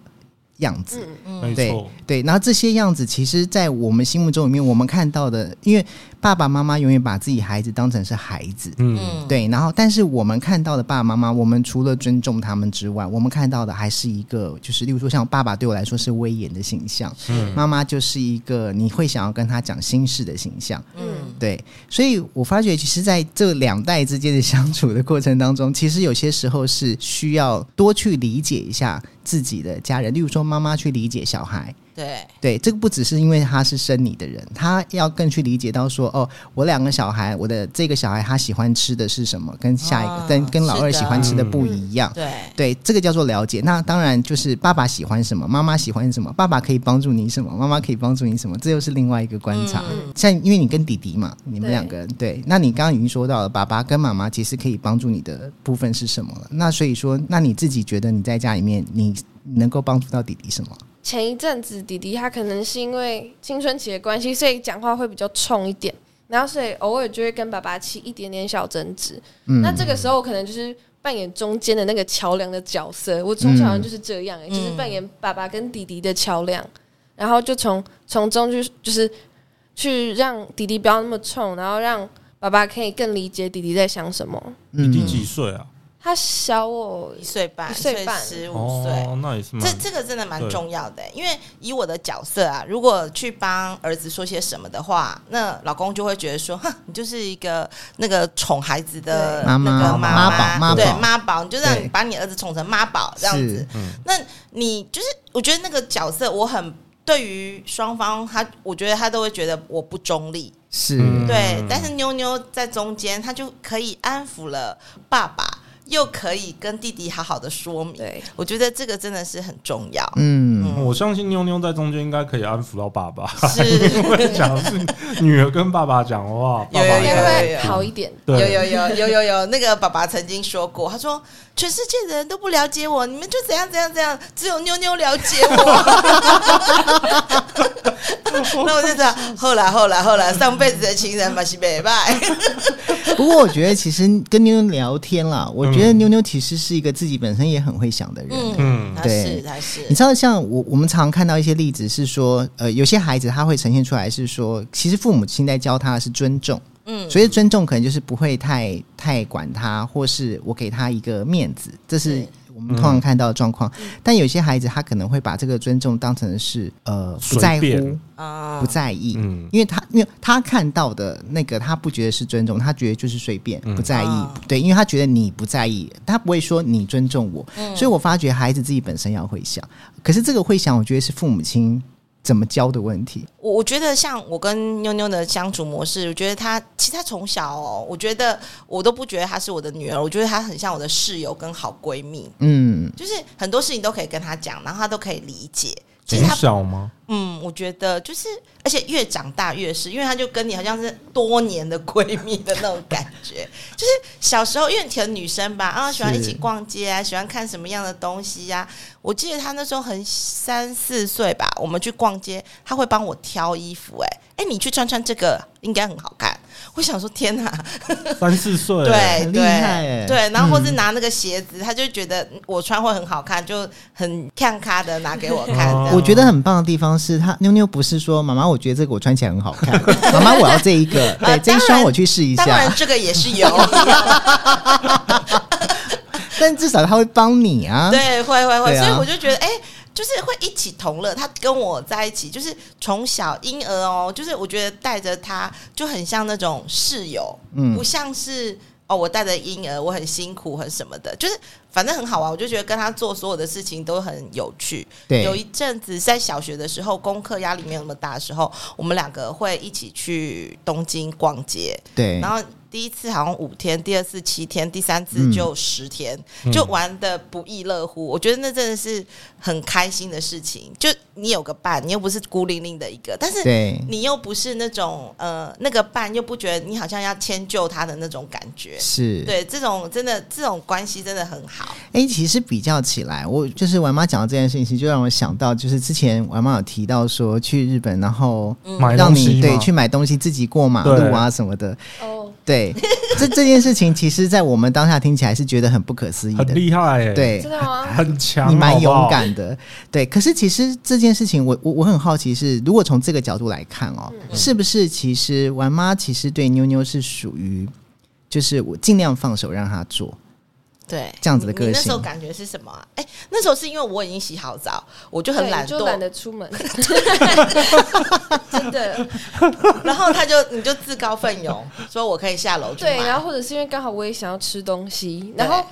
Speaker 1: 样子。
Speaker 4: 嗯，
Speaker 2: 没
Speaker 1: 对
Speaker 2: 错，
Speaker 1: 对，然后这些样子，其实，在我们心目中里面，我们看到的，因为爸爸妈妈永远把自己孩子当成是孩子，
Speaker 2: 嗯，
Speaker 3: 嗯，
Speaker 1: 对，然后但是我们看到的爸爸妈妈，我们除了尊重他们之外，我们看到的还是一个，就是例如说像爸爸对我来说是威严的形象，妈妈就是一个你会想要跟他讲心事的形象。
Speaker 3: 嗯，
Speaker 1: 对，所以我发觉，其实在这两代之间的相处的过程当中，其实有些时候是需要多去理解一下自己的家人，例如说妈妈去理解小孩，
Speaker 3: 对，
Speaker 1: 对，这个不只是因为他是生你的人，他要更去理解到说，哦，我两个小孩，我的这个小孩他喜欢吃的是什么，跟下一个、
Speaker 3: 啊
Speaker 1: 跟跟老
Speaker 3: 是
Speaker 1: 二
Speaker 3: 的
Speaker 1: 喜欢吃的
Speaker 2: 嗯
Speaker 1: 不一样。
Speaker 3: 对，
Speaker 1: 对，这个叫做了解。那当然就是爸爸喜欢什么，妈妈喜欢什么，爸爸可以帮助你什么，妈妈可以帮助你什么，这又是另外一个观察。像因为你跟弟弟嘛，你们
Speaker 4: 嗯对
Speaker 1: 两个人对，那你刚刚已经说到了，爸爸跟妈妈其实可以帮助你的部分是什么了。那所以说，那你自己觉得你在家里面，你能够帮助到弟弟什么？
Speaker 4: 前一阵子弟弟他可能是因为青春期的关系，所以讲话会比较冲一点，然后所以偶尔就会跟爸爸起一点点小争执。
Speaker 1: 嗯
Speaker 4: 那这个时候我可能就是扮演中间的那个桥梁的角色，我从小好像就是这样、欸，就是扮演爸爸跟弟弟的桥梁，然后就从从中就是就是去让弟弟不要那么冲，然后让爸爸可以更理解弟弟在想什么。
Speaker 2: 弟
Speaker 1: 嗯。
Speaker 2: 弟几岁啊？
Speaker 4: 他小我
Speaker 3: 一岁半，
Speaker 4: 一岁半
Speaker 3: 十五岁。
Speaker 2: 哦，那也是蛮
Speaker 3: 这这个真的蛮
Speaker 2: 对
Speaker 3: 重要的欸、因为以我的角色啊，如果去帮儿子说些什么的话，那老公就会觉得说，哼，你就是一个那个宠孩子的
Speaker 1: 对妈妈
Speaker 3: 那个妈
Speaker 1: 妈宝妈宝
Speaker 3: 对妈宝，你就让
Speaker 1: 对
Speaker 3: 你把你儿子宠成妈宝这样子
Speaker 1: 是。，嗯
Speaker 3: 那你就是，我觉得那个角色，我很对于双方他，我觉得他都会觉得我不中立，
Speaker 1: 是，
Speaker 2: 嗯
Speaker 3: 对，但是妞妞在中间，她就可以安抚了爸爸，又可以跟弟弟好好的说明。
Speaker 4: 对
Speaker 3: 我觉得这个真的是很重要。
Speaker 1: 嗯，
Speaker 2: 我相信妞妞在中间应该可以安抚到爸爸，
Speaker 3: 是，
Speaker 2: 因为讲的是女儿跟爸爸讲话，
Speaker 3: 有
Speaker 2: 爸爸
Speaker 3: 有
Speaker 4: 应
Speaker 3: 有
Speaker 4: 该
Speaker 2: 也
Speaker 4: 会好一点。
Speaker 3: 有
Speaker 2: 对，
Speaker 3: 有有有有有，那个爸爸曾经说过，他说全世界的人都不了解我，你们就怎样怎样怎样，只有妞妞了解我。那我就知道，后来后来后来，上辈子的情人嘛是北拜，
Speaker 1: 不过我觉得其实跟妞妞聊天啦，我觉得妞妞其实是一个自己本身也很会想的人。
Speaker 2: 嗯
Speaker 3: 他
Speaker 1: 对
Speaker 3: 是他是，
Speaker 1: 你知道，像我我们常看到一些例子是说，呃，有些孩子他会呈现出来是说，呃其实父母亲在教他的是尊重，
Speaker 3: 嗯
Speaker 1: 所以尊重可能就是不会太太管他，或是我给他一个面子，这是
Speaker 3: 对
Speaker 1: 我们通常看到的状况。但有些孩子他可能会把这个尊重当成是呃不
Speaker 2: 随
Speaker 1: 在乎
Speaker 2: 便、
Speaker 3: 啊
Speaker 1: 不在意，
Speaker 2: 嗯
Speaker 1: 因为他因为他看到的那个，他不觉得是尊重，他觉得就是随便，不在意。
Speaker 3: 啊
Speaker 1: 对，因为他觉得你不在意，他不会说你尊重我。
Speaker 3: 嗯
Speaker 1: 所以我发觉孩子自己本身要会想，可是这个会想，我觉得是父母亲怎么教的问题。
Speaker 3: 我我觉得像我跟妞妞的相处模式，我觉得她其实她从小哦，我觉得我都不觉得她是我的女儿，我觉得她很像我的室友跟好闺蜜，
Speaker 1: 嗯，
Speaker 3: 就是很多事情都可以跟她讲，然后她都可以理解。其实
Speaker 2: 从
Speaker 3: 她
Speaker 2: 小吗？
Speaker 3: 嗯，我觉得就是，而且越长大越是，因为她就跟你好像是多年的闺蜜的那种感觉。就是小时候，因为你的女生吧，啊，喜欢一起逛街啊，喜欢看什么样的东西呀、我记得她那时候很三四岁吧，我们去逛街，她会帮我挑衣服、哎，哎，你去穿穿这个应该很好看。我想说，天哪，
Speaker 2: 三四岁，
Speaker 3: 对
Speaker 1: 很厉害
Speaker 3: 对
Speaker 1: 欸
Speaker 3: 对，然后或是拿那个鞋子，她就觉得我穿会很好看，就很看咖的拿给我看。
Speaker 2: 哦
Speaker 3: 这样
Speaker 1: 我觉得很棒的地方是他妞妞不是说妈妈，我觉得这个我穿起来很好 看，妈妈我要这一个，对，
Speaker 3: 啊
Speaker 1: 这一
Speaker 3: 当
Speaker 1: 双
Speaker 3: 然
Speaker 1: 我去试一
Speaker 3: 当然
Speaker 1: 下，。
Speaker 3: 这个也是 有。
Speaker 1: 但至少他会帮你啊。
Speaker 3: 对，会会会，
Speaker 1: 对啊
Speaker 3: 所以我就觉得，哎、就是会一起同乐。他跟我在一起，就是从小婴儿哦，就是我觉得带着他就很像那种室友，
Speaker 1: 嗯
Speaker 3: 不像是哦，我带着婴儿，我很辛苦，很什么的，就是反正很好玩。啊我就觉得跟他做所有的事情都很有趣。
Speaker 1: 对
Speaker 3: 有一阵子在小学的时候，功课压力没有那么大的时候，我们两个会一起去东京逛街，
Speaker 1: 对
Speaker 3: 然后第一次好像五天，第二次七天，第三
Speaker 1: 嗯
Speaker 3: 次就十天，就玩的不亦乐乎。我觉得那真的是很开心的事情。就你有个伴，你又不是孤零零的一个，但是
Speaker 1: 对
Speaker 3: 你又不是那种呃那个伴又不觉得你好像要迁就他的那种感觉。
Speaker 1: 是。
Speaker 3: 对，这种真的这种关系真的很好。
Speaker 1: 哎、其实比较起来，我就是玩妈讲到这件事情，其实就让我想到，就是之前玩妈有提到说去日本，然后
Speaker 2: 买
Speaker 1: 让
Speaker 2: 东
Speaker 1: 你
Speaker 2: 西
Speaker 1: 对
Speaker 2: 嘛
Speaker 1: 去买东西，自己过马路啊什么的。
Speaker 4: 哦，
Speaker 1: 对，这这件事情，其实，在我们当下听起来是觉得很不可思议
Speaker 2: 很
Speaker 1: 的。
Speaker 2: 厉害哎，，
Speaker 1: 对
Speaker 4: 真，的吗？
Speaker 2: 很强，
Speaker 1: 你蛮
Speaker 2: 好不好
Speaker 1: 勇。敢的，对。可是其实这件事情我，我我很好奇是，如果从这个角度来看哦，
Speaker 4: 嗯
Speaker 1: 是不是其实玩妈其实对妞妞是属于，就是我尽量放手让她做，
Speaker 3: 对，
Speaker 1: 这样子的个性
Speaker 3: 你你那时候感觉是什么、啊？哎、那时候是因为我已经洗好澡，我就很
Speaker 4: 对
Speaker 3: 懒
Speaker 4: 你就懒
Speaker 3: 惰，
Speaker 4: 得出门，真的。
Speaker 3: 然后他就你就自告奋勇说我可以下楼去
Speaker 4: 对，
Speaker 3: 买
Speaker 4: 然后或者是因为刚好我也想要吃东西，
Speaker 3: 对
Speaker 4: 然后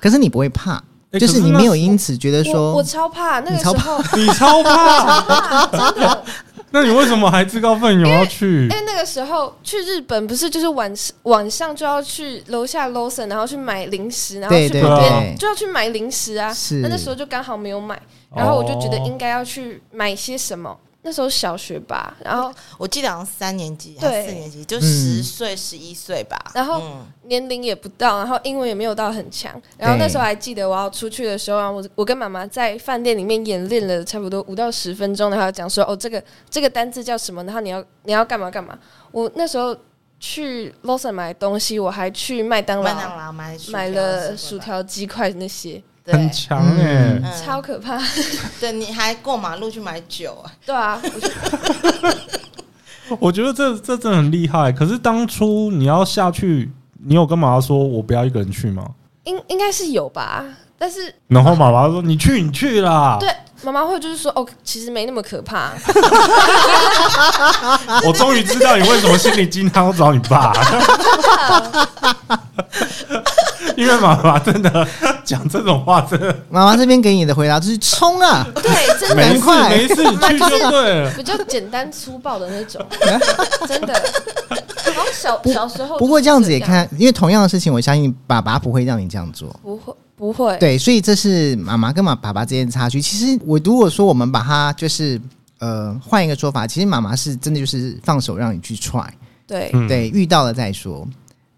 Speaker 1: 可是你不会怕，
Speaker 2: 诶
Speaker 1: 就是
Speaker 2: 哎可是
Speaker 1: 你
Speaker 2: 那
Speaker 1: 没
Speaker 2: 时
Speaker 1: 有
Speaker 2: 候
Speaker 1: 因此觉得
Speaker 4: 我
Speaker 1: 说
Speaker 4: 我，超怕那
Speaker 1: 你
Speaker 4: 个
Speaker 1: 超
Speaker 4: 时候，
Speaker 2: 你 超怕，
Speaker 4: 真的，
Speaker 2: 那你为什么还自告奋勇要去
Speaker 1: 嗯
Speaker 4: 因？
Speaker 3: 嗯
Speaker 4: 哎为那个时候去日本不是就是晚晚上就要去楼下 l o s o n 然后去买零食，然后
Speaker 1: 对
Speaker 4: 去
Speaker 1: 对
Speaker 2: 旁
Speaker 1: 对
Speaker 2: 边，
Speaker 4: 就要去买零食啊。
Speaker 1: 是哦
Speaker 4: 那那时候就刚好没有买，然后我就觉得应该要去买些什么。那时候小学吧，然后
Speaker 3: 我记得好像三年级还
Speaker 4: 对
Speaker 3: 是四年级，就
Speaker 1: 嗯
Speaker 3: 十岁、十一岁吧。
Speaker 4: 然后
Speaker 3: 嗯
Speaker 4: 年龄也不到，然后英文也没有到很强。然后那时候还记得我要出去的时候啊，我我跟妈妈在饭店里面演练了差不多五到十分钟，然后讲说哦，这个这个单字叫什么，然后你要你要干嘛干嘛。我那时候去 Lawson 买东西，我还去麦当
Speaker 3: 麦当
Speaker 4: 劳
Speaker 3: 劳买薯条啊
Speaker 4: 买了
Speaker 3: 什
Speaker 4: 薯
Speaker 3: 么的，
Speaker 4: 条、鸡块那些，
Speaker 2: 很
Speaker 3: 对，
Speaker 2: 强哎，
Speaker 3: 嗯
Speaker 4: 超可怕。
Speaker 3: 对，你还过马路去买酒啊？
Speaker 4: 对啊，我就
Speaker 2: 我觉得这这真的很厉害。可是当初你要下去，你有跟妈妈说我不要一个人去吗？
Speaker 4: 应应该是有吧，但是
Speaker 2: 然后妈妈说你去你去啦，
Speaker 4: 对妈妈会就是说哦，其实没那么可怕。
Speaker 2: 我终于知道你为什么心里鸡汤要找你爸，因为妈妈真的讲这种话真的
Speaker 1: 妈妈这边给你的回答就是冲啊，
Speaker 4: 对，真
Speaker 2: 没
Speaker 1: 难
Speaker 4: 的
Speaker 2: 事
Speaker 1: 怪
Speaker 2: 没事，你去就对了。
Speaker 4: 比较简单粗暴的那 种，真的。好像小小时 候，
Speaker 1: 不过这样子也，看，因为同样的事情，我相信爸爸不会让你这样做。
Speaker 4: 不会不会，
Speaker 1: 对，所以这是妈妈跟妈爸爸之间的差距。其实我如果说我们把它就是呃换一个说法，其实妈妈是真的就是放手让你去 try，、
Speaker 4: 对
Speaker 2: 嗯
Speaker 1: 对，遇到了再说。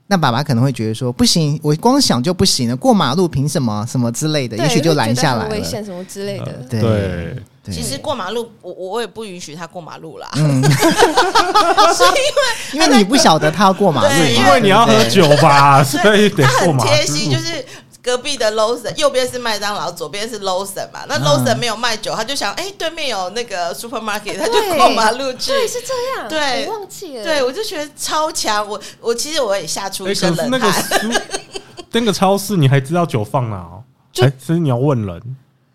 Speaker 1: 那爸爸可能会觉得说不行，我光想就不行了，过马路凭什么什么之类的，
Speaker 4: 对
Speaker 1: 也许就拦下
Speaker 4: 会觉得
Speaker 1: 来
Speaker 4: 很危
Speaker 1: 了。
Speaker 4: 险什么之类
Speaker 3: 嗯
Speaker 4: 的。
Speaker 1: 对
Speaker 2: 对，
Speaker 1: 对
Speaker 3: 其实过马路，我我我也不允许他过马路啦。
Speaker 1: 因
Speaker 4: 哎
Speaker 1: 为你不晓得他要过马路嘛，
Speaker 3: 对
Speaker 2: 因为你要喝酒吧，所以得
Speaker 3: 他
Speaker 2: 过
Speaker 3: 很
Speaker 2: 马
Speaker 3: 贴心，就
Speaker 2: 路。
Speaker 3: 是隔壁的 Lawson，右边是麦当劳，左边是 Lawson 嘛。那
Speaker 2: 嗯
Speaker 3: Lawson 没有卖酒，他就想，哎、对面有那个 supermarket，他就
Speaker 4: 对
Speaker 3: 过马路去。
Speaker 4: 对，是这样。
Speaker 3: 对
Speaker 4: 我忘记了。
Speaker 3: 对，我就觉得超强。我我其实我也吓出
Speaker 2: 哎，
Speaker 3: 一身
Speaker 2: 可是那
Speaker 3: 冷
Speaker 2: 个
Speaker 3: 汗。
Speaker 2: 书那个超市，你还知道酒放哪哦？
Speaker 4: 就
Speaker 2: 哎，所以你要问人，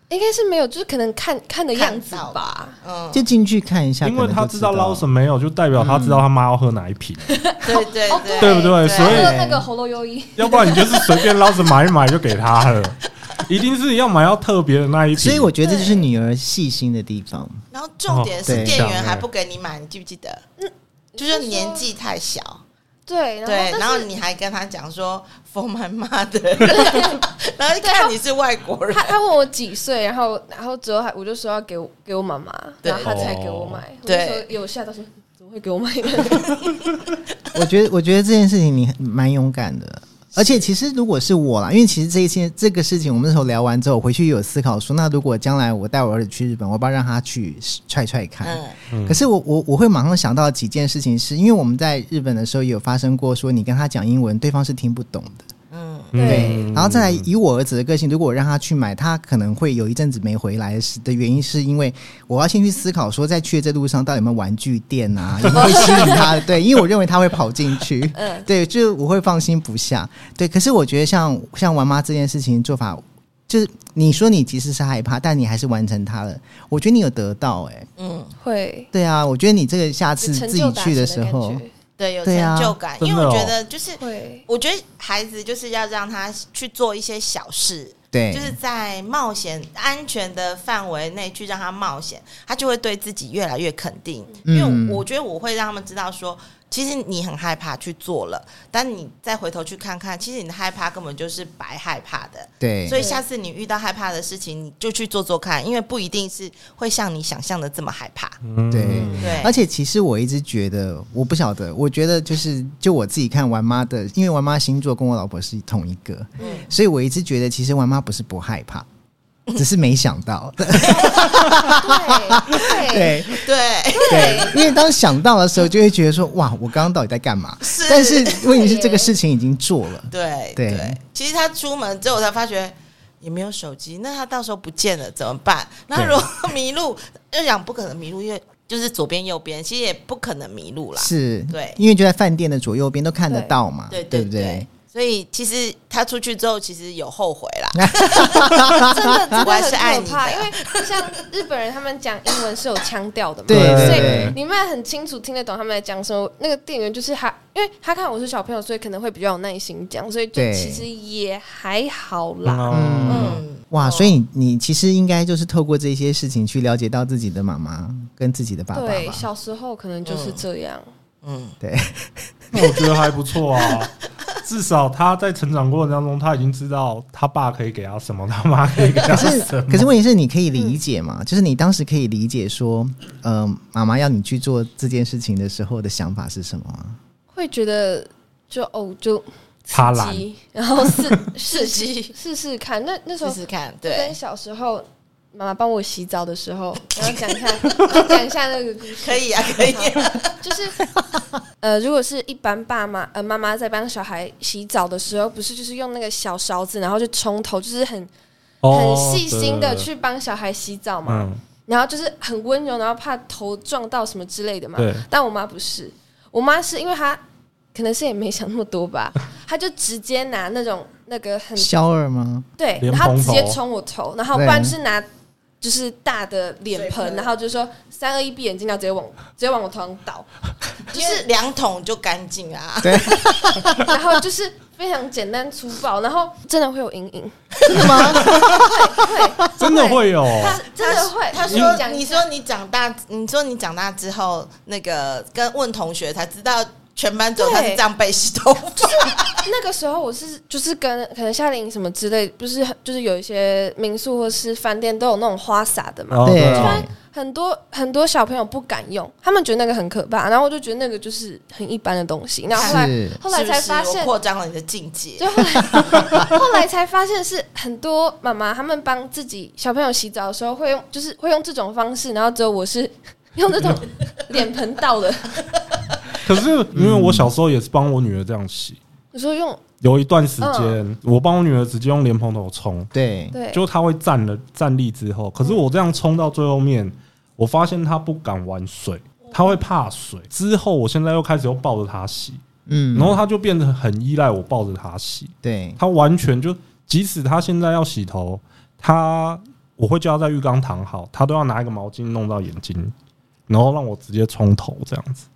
Speaker 4: 应该是没有，就是可能看看的样子
Speaker 3: 看到
Speaker 4: 吧。
Speaker 3: 嗯，
Speaker 1: 就进去看一下，
Speaker 2: 因为他
Speaker 1: 知
Speaker 2: 知道捞什么没有，就代表他知道他妈要喝哪一瓶，
Speaker 3: 对对
Speaker 4: 哦
Speaker 3: 对
Speaker 2: 对不对？
Speaker 3: 对
Speaker 2: 所以
Speaker 4: 还有那个喉咙优一，
Speaker 2: 要不然你就是随便捞着买一买就给他了，一定是要买到特别的那一瓶。
Speaker 1: 所以我觉得这就是女儿细心的地方。
Speaker 3: 然后重点是
Speaker 1: 哦对
Speaker 3: 店员
Speaker 2: 像
Speaker 3: 还
Speaker 2: 哎
Speaker 3: 不给你买，你记不记得？ 就是年纪太小，
Speaker 4: 对，
Speaker 3: 对，
Speaker 4: 然
Speaker 3: 然
Speaker 4: 后
Speaker 3: 后
Speaker 4: 但是
Speaker 3: 你还跟他讲说 “for my mother”，然后一看你是外国人
Speaker 4: 他，他问我几岁，然后然后之后还我就说要给我给我妈妈，
Speaker 3: 对
Speaker 4: 然后他才给
Speaker 1: 哦
Speaker 4: 我买。我
Speaker 3: 对
Speaker 4: 那时候有吓到说怎么会给我买呢？
Speaker 1: 我觉得，我觉得这件事情你很蛮勇敢的。而且其实如果是我啦，因为其实这一些这个事情，我们那时候聊完之后，我回去有思考说，那如果将来我带我儿子去日本，我要不要让他去踹踹看？
Speaker 3: 嗯，
Speaker 1: 可是我我我会马上想到几件事情是，因为我们在日本的时候也有发生过，说你跟他讲英文，对方是听不懂的。
Speaker 4: 对
Speaker 2: 嗯
Speaker 1: 然后再来，以我儿子的个性，如果我让他去买，他可能会有一阵子没回来是的原因，是因为我要先去思考说，在去的这路上到底有没有玩具店 啊，有没有会吸引他？对，因为我认为他会跑进去。
Speaker 4: 嗯
Speaker 1: 对，就我会放心不下。对，可是我觉得像像玩妈这件事情做法，就是你说你其实是害怕，但你还是完成它了。我觉得你有得到、欸，哎，
Speaker 4: 会
Speaker 1: 对啊，我觉得你这个下次
Speaker 4: 有成
Speaker 1: 自
Speaker 4: 就
Speaker 1: 己
Speaker 4: 达
Speaker 1: 去
Speaker 4: 成的
Speaker 1: 时
Speaker 4: 感
Speaker 1: 候
Speaker 4: 觉，
Speaker 3: 对，有
Speaker 1: 对啊
Speaker 3: 成就感，
Speaker 2: 真
Speaker 3: 因为
Speaker 2: 的
Speaker 3: 我
Speaker 2: 哦
Speaker 3: 觉得就是。
Speaker 4: 会。
Speaker 3: 我觉得孩子就是要让他去做一些小事，
Speaker 1: 对，
Speaker 3: 就是在冒险安全的范围内去让他冒险，他就会对自己越来越肯定。
Speaker 1: 嗯
Speaker 3: 因为我觉得我会让他们知道说，其实你很害怕去做了，但你再回头去看看，其实你的害怕根本就是白害怕的。
Speaker 1: 对，
Speaker 3: 所以下次你遇到害怕的事情，你就去做做看，因为不一定是会像你想象的这么害怕。
Speaker 2: 嗯
Speaker 1: 对
Speaker 3: 对，
Speaker 1: 而且其实我一直觉得，我不晓得，我觉得就是就我自己看玩妈的，因为玩妈星座跟我老婆是同一个，
Speaker 3: 嗯
Speaker 1: 所以我一直觉得其实玩妈不是不害怕， 只是没想到。
Speaker 4: 对对
Speaker 1: 对
Speaker 3: 对，
Speaker 1: 对，因为当想到的时候，就会觉得说哇，我刚刚到底在干嘛？
Speaker 3: 是
Speaker 1: 但是问题是这个事情已经做了。
Speaker 3: 对
Speaker 1: 对
Speaker 3: 其实他出门之后，我才发觉也没有手机，那他到时候不见了怎么办？那
Speaker 1: 对
Speaker 3: 如果迷路，又想不可能迷路，因为就是左边右边，其实也不可能迷路啦。
Speaker 1: 是，
Speaker 3: 对
Speaker 1: 因为就在饭店的左右边都看得到嘛，
Speaker 3: 对
Speaker 1: 对
Speaker 3: 对
Speaker 1: 不
Speaker 3: 对？，哦所以其实他出去之后，其实有后悔 啦。
Speaker 4: 真的真
Speaker 3: 我
Speaker 4: 的
Speaker 3: 还是爱
Speaker 4: 很
Speaker 3: 你
Speaker 4: 可
Speaker 3: 的
Speaker 4: 怕，因为像日本人他们讲英文是有腔调的嘛，
Speaker 1: 对
Speaker 2: 对
Speaker 4: 所
Speaker 1: 对
Speaker 4: 以你们很清楚听得懂他们在讲什么。那个店员就是他，因为他看我是小朋友，所以可能会比较有耐心讲，所以就
Speaker 1: 对
Speaker 4: 其实也还好啦。
Speaker 2: 嗯
Speaker 1: 嗯
Speaker 3: 嗯，
Speaker 1: 哇，
Speaker 4: 哦
Speaker 1: 所以你你其实应该就是透过这些事情去了解到自己的妈妈跟自己的爸爸
Speaker 4: 对，
Speaker 1: 吧。
Speaker 4: 小时候可能就是这样。
Speaker 3: 嗯，
Speaker 1: 对，
Speaker 2: 那我觉得还不错啊。至少他在成长过程当中，他已经知道他爸可以给他什么，他妈可以给
Speaker 1: 可
Speaker 2: 他
Speaker 1: 是
Speaker 2: 什么。
Speaker 1: 可是问题是，你可以理解嘛？就是你当时可以理解说，呃，妈妈要你去做这件事情的时候的想法是什么吗？
Speaker 4: 会觉得就哦就
Speaker 2: 他
Speaker 4: 刺
Speaker 2: 懒
Speaker 4: 激，然后试 试
Speaker 3: 激
Speaker 4: 试试看。那那时候
Speaker 3: 试试看，
Speaker 4: 跟
Speaker 3: 对，
Speaker 4: 小时候妈妈帮我洗澡的 时候，我要讲一下我讲一下那个故事，
Speaker 3: 可以啊，可以啊，
Speaker 4: 就是呃，如果是一般爸妈呃妈妈在帮小孩洗澡的时候，不是就是用那个小勺子，然后就冲头，就是很
Speaker 2: 哦
Speaker 4: 很细心的去帮小孩洗澡嘛，
Speaker 2: 嗯，
Speaker 4: 然后就是很温柔，然后怕头撞到什么之类的嘛。
Speaker 2: 对，
Speaker 4: 但我妈不是，我妈是因为她可能是也没想那么多吧，她就直接拿那种那个很
Speaker 1: 肖二吗？
Speaker 4: 对，
Speaker 2: 莲
Speaker 4: 然后
Speaker 2: 蓬
Speaker 4: 直接
Speaker 2: 头
Speaker 4: 冲我头，然后不
Speaker 1: 对
Speaker 4: 然就是拿就是大的脸
Speaker 3: 水
Speaker 4: 盆，
Speaker 3: 盆
Speaker 4: 然后就说三二一闭眼睛，然后直接往直接往我头上 倒，
Speaker 3: 就是两桶就干净啊。
Speaker 1: 对，
Speaker 4: 然后就是非常简单粗暴，然后真的会有阴影，
Speaker 1: 真的吗？
Speaker 4: 会
Speaker 2: 真的会哦有。
Speaker 4: 哎他真的会，
Speaker 3: 他
Speaker 4: 我跟
Speaker 3: 说：“
Speaker 4: 讲
Speaker 3: 你说你长大，你说你长大之后，那个跟问同学才知道，全班只有他是
Speaker 4: 对
Speaker 3: 这样被洗头发。
Speaker 4: 那个时候我是就是跟可能夏令营什么之类，不是很就是有一些民宿或是饭店都有那种花洒的嘛，
Speaker 2: 哦
Speaker 1: 对
Speaker 2: 啊
Speaker 4: 很多很多小朋友不敢用，他们觉得那个很可怕，然后我就觉得那个就是很一般的东西，然后后来
Speaker 1: 是
Speaker 4: 后来才发
Speaker 3: 是不是我
Speaker 4: 现。
Speaker 3: 扩张了你的境界。
Speaker 4: 就后来 后来才发现是很多妈妈他们帮自己小朋友洗澡的时候会用，就是会用这种方式，然后只有我是 用这种脸盆倒的。
Speaker 2: 可是因为我小时候也是帮我女儿这样洗，
Speaker 4: 你说用
Speaker 2: 有一段时间我帮我女儿直接用莲蓬头冲，
Speaker 1: 对，
Speaker 4: 对，
Speaker 2: 就她会站了站立之后，可是我这样冲到最后面，我发现她不敢玩水，她会怕水。之后我现在又开始又抱着她洗，
Speaker 1: 嗯，
Speaker 2: 然后她就变得很依赖我抱着她洗。
Speaker 1: 对，
Speaker 2: 他完全就，即使他现在要洗头，他我会叫他在浴缸躺好，他都要拿一个毛巾弄到眼睛，然后让我直接冲头这样子。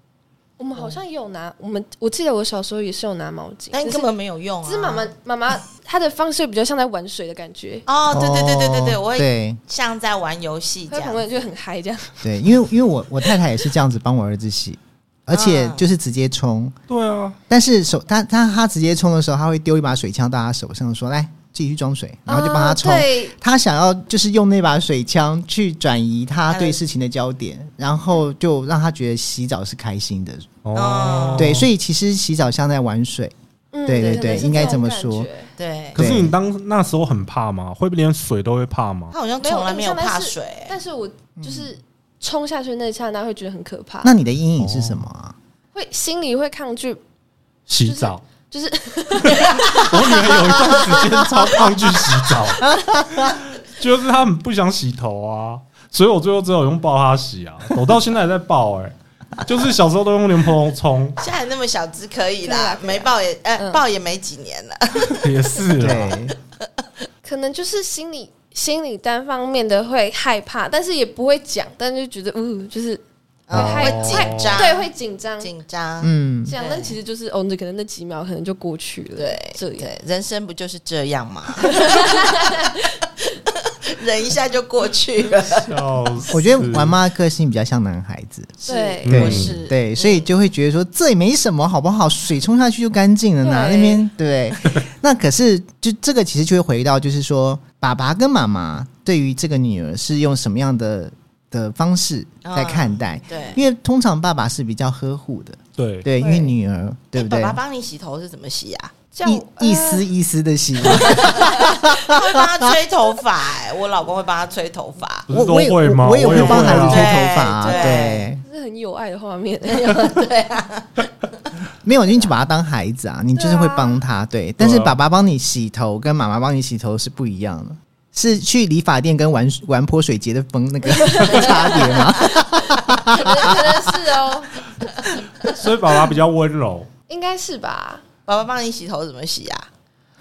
Speaker 4: 我们好像也有拿，我们我记得我小时候也是有拿毛巾，
Speaker 3: 但
Speaker 4: 只是
Speaker 3: 根本没有用啊！
Speaker 4: 只是妈妈妈妈她的方式比较像在玩水的感觉，
Speaker 3: 哦，对对对对对对，我会
Speaker 1: 对
Speaker 3: 像在玩游戏这
Speaker 4: 她
Speaker 3: 样
Speaker 4: 可。能就很嗨这样。
Speaker 1: 对，因为因为我我太太也是这样子帮我儿子洗，
Speaker 3: 啊
Speaker 1: 而且就是直接冲，
Speaker 2: 对啊，
Speaker 1: 但是手他他他直接冲的时候，他会丢一把水枪到他手上，说来自己去装水，然后就帮
Speaker 3: 哦
Speaker 1: 他冲。
Speaker 4: 啊对，
Speaker 1: 他想要就是用那把水枪去转移他
Speaker 3: 他的
Speaker 1: 对事情的焦点，然后就让他觉得洗澡是开心的。
Speaker 2: 哦，
Speaker 1: 对，所以其实洗澡像在玩水，
Speaker 4: 嗯
Speaker 1: 对对
Speaker 4: 对
Speaker 1: 对应该这么说。
Speaker 3: 对，
Speaker 2: 可是
Speaker 1: 对
Speaker 2: 你当那时候很怕吗？会不会连水都会怕吗
Speaker 3: 他？好像
Speaker 4: 没有
Speaker 3: 从来没有
Speaker 4: 印象
Speaker 3: 怕
Speaker 4: 但是
Speaker 3: 水、欸
Speaker 4: 但是我就是冲下去那一刹那会觉得很可怕，
Speaker 1: 嗯那你的阴影是什么啊？
Speaker 4: 会心里会抗拒，
Speaker 2: 洗澡，
Speaker 4: 就是
Speaker 2: 我女儿有一段时间超抗拒洗 澡，就是她很不想洗头啊，所以我最后只有用抱她洗啊，我到现在还在抱哎、就是小时候都用莲蓬头冲，
Speaker 3: 现在那么小只可以
Speaker 4: 对
Speaker 3: 啦
Speaker 4: 啦，对啦
Speaker 3: 没抱也呃
Speaker 4: 嗯
Speaker 3: 抱也没几年了，
Speaker 2: 也是啊啦
Speaker 4: 哦
Speaker 1: 对，
Speaker 4: 可能就是心里心里单方面的会害怕，但是也不会讲，但就觉得嗯，就是会
Speaker 1: 哦
Speaker 4: 害
Speaker 3: 会紧张
Speaker 4: 对，会紧 张。
Speaker 3: 紧张。
Speaker 1: 嗯，
Speaker 4: 讲，
Speaker 3: 对
Speaker 4: 但其实就是哦，那可能那几秒可能就过去了。
Speaker 3: 对，
Speaker 4: 这样
Speaker 3: 对，人生不就是这样吗？忍一下就过去了。
Speaker 2: 笑死
Speaker 1: 我觉得玩妈的个性比较像男孩子，
Speaker 4: 对，
Speaker 1: 对
Speaker 4: 我是
Speaker 3: 嗯
Speaker 1: 对，所以就会觉得说这也没什么，好不好？水冲下去就干净了呢，
Speaker 4: 对
Speaker 1: 那边对。那可是就这个其实就会回到，就是说爸爸跟妈妈对于这个女儿是用什么样的的方式在看待？
Speaker 3: 对，
Speaker 1: 因为通常爸爸是比较呵护的，
Speaker 2: 对，
Speaker 1: 对，因
Speaker 4: 对
Speaker 1: 为女儿对不对
Speaker 3: 哎爸？爸帮你洗头是怎么洗啊？
Speaker 4: 这样
Speaker 1: 一一丝一丝的洗，
Speaker 3: 他会帮他吹头发、哎，我老公会帮他吹头发。
Speaker 2: 不
Speaker 1: 我
Speaker 2: 是都
Speaker 1: 我也
Speaker 2: 会吗？
Speaker 1: 我也
Speaker 2: 我
Speaker 1: 会帮孩子
Speaker 2: 啊
Speaker 1: 吹头发啊，
Speaker 3: 对
Speaker 1: 对
Speaker 3: 对，
Speaker 4: 呃是很有爱的画 面。
Speaker 1: 没有，你就把他当孩子啊，你就是会帮他，
Speaker 3: 啊
Speaker 1: 对。但是爸爸帮你洗头跟妈妈帮你洗头是不一样的，是去理发店跟玩玩泼水节的风那个 差别吗？
Speaker 4: 可能可能是哦，
Speaker 2: 所以爸爸比较温柔，
Speaker 4: 应该是吧。
Speaker 3: 爸爸帮你洗头怎么洗啊？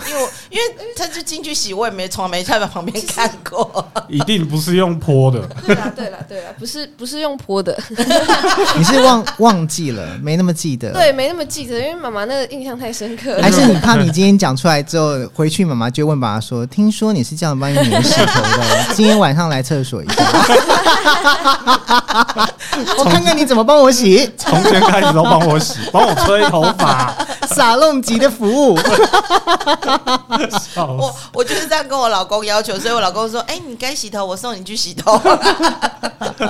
Speaker 3: 因为我因为他就进去洗，我也没从来没在旁边看过。
Speaker 1: 哦
Speaker 2: 一定不是用泼的。
Speaker 4: 对啦，对啦，对啦，不是不是用泼的，
Speaker 1: 你是忘忘记了，没那么记得。
Speaker 4: 对，，没那么记得，因为妈妈那个印象太深刻 了。
Speaker 1: 还是你怕你今天讲出来之后，回去妈妈就问爸爸说：“听说你是这样帮你女儿洗头 的，今天晚上来厕所一下，我看看你怎么帮我洗。
Speaker 2: 从今天开始都帮我 洗，帮我吹头发。”
Speaker 1: 撒弄级的 服务，
Speaker 2: 笑死
Speaker 3: 我我就是这样跟我老公要求，所以我老公说：“哎、你该洗头，我送你去 洗头。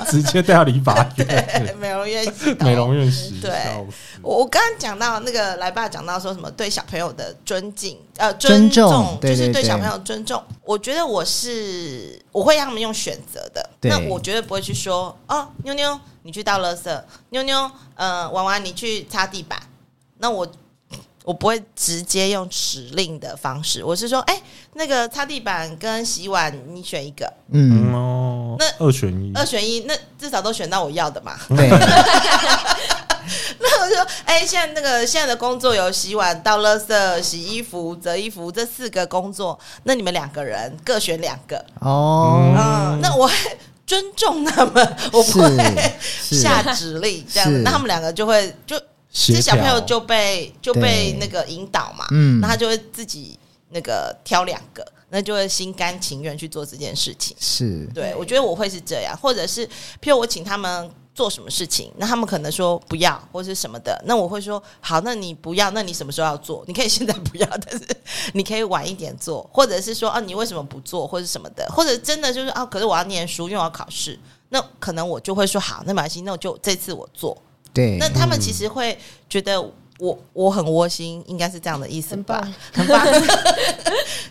Speaker 2: 直接带到理发院
Speaker 3: 美容院洗头。
Speaker 2: 美容院洗，
Speaker 3: 对
Speaker 2: 笑死
Speaker 3: 我我刚刚讲到那个来爸讲到说什么对小朋友的尊敬，呃，
Speaker 1: 尊重
Speaker 3: 重
Speaker 1: 对
Speaker 3: 就是
Speaker 1: 对
Speaker 3: 对小
Speaker 1: 对
Speaker 3: 朋友的尊重。我觉得我是我会让他们用选择的，
Speaker 1: 对
Speaker 3: 那我绝对不会去说哦，妞妞你去倒垃圾，妞妞呃，玩玩你去擦地板。那我我不会直接用指令的方式，我是说，哎、那个擦地板跟洗碗你选一个，
Speaker 2: 嗯
Speaker 1: 嗯，
Speaker 2: 哦，
Speaker 3: 那
Speaker 2: 二选一，
Speaker 3: 二选一，那至少都选到我要的嘛。
Speaker 1: 对，
Speaker 3: 嗯 那我就说，哎、现在那个现在的工作有洗碗、倒垃圾、洗衣服、折衣服这四个工作，那你们两个人各选两个，
Speaker 1: 哦，
Speaker 3: 嗯，那我会尊重他们，我不会
Speaker 1: 是是
Speaker 3: 下指令这样子
Speaker 1: 是，
Speaker 3: 那他们两个就会就
Speaker 2: 协
Speaker 3: 这
Speaker 2: 调
Speaker 3: 小朋友就被就被
Speaker 1: 对
Speaker 3: 那个引导嘛，
Speaker 1: 嗯
Speaker 3: 那他就会自己那个挑两个，那就会心甘情愿去做这件事情。
Speaker 1: 是
Speaker 3: 对，我觉得我会是这样，或者是譬如我请他们做什么事情，那他们可能说不要或是什么的，那我会说好，那你不要，那你什么时候要做？你可以现在不要，但是 你可以晚一点做，或者是说啊，你为什么不做，或者什么的，或者真的就是啊，可是我要念书，因为我要考试，那可能我就会说好，那马西，那我就这次我做。
Speaker 1: 对，
Speaker 3: 那他们其实会觉得我我很窝心，应该是这样的意思
Speaker 4: 很
Speaker 3: 吧？
Speaker 4: 棒，
Speaker 3: 很棒。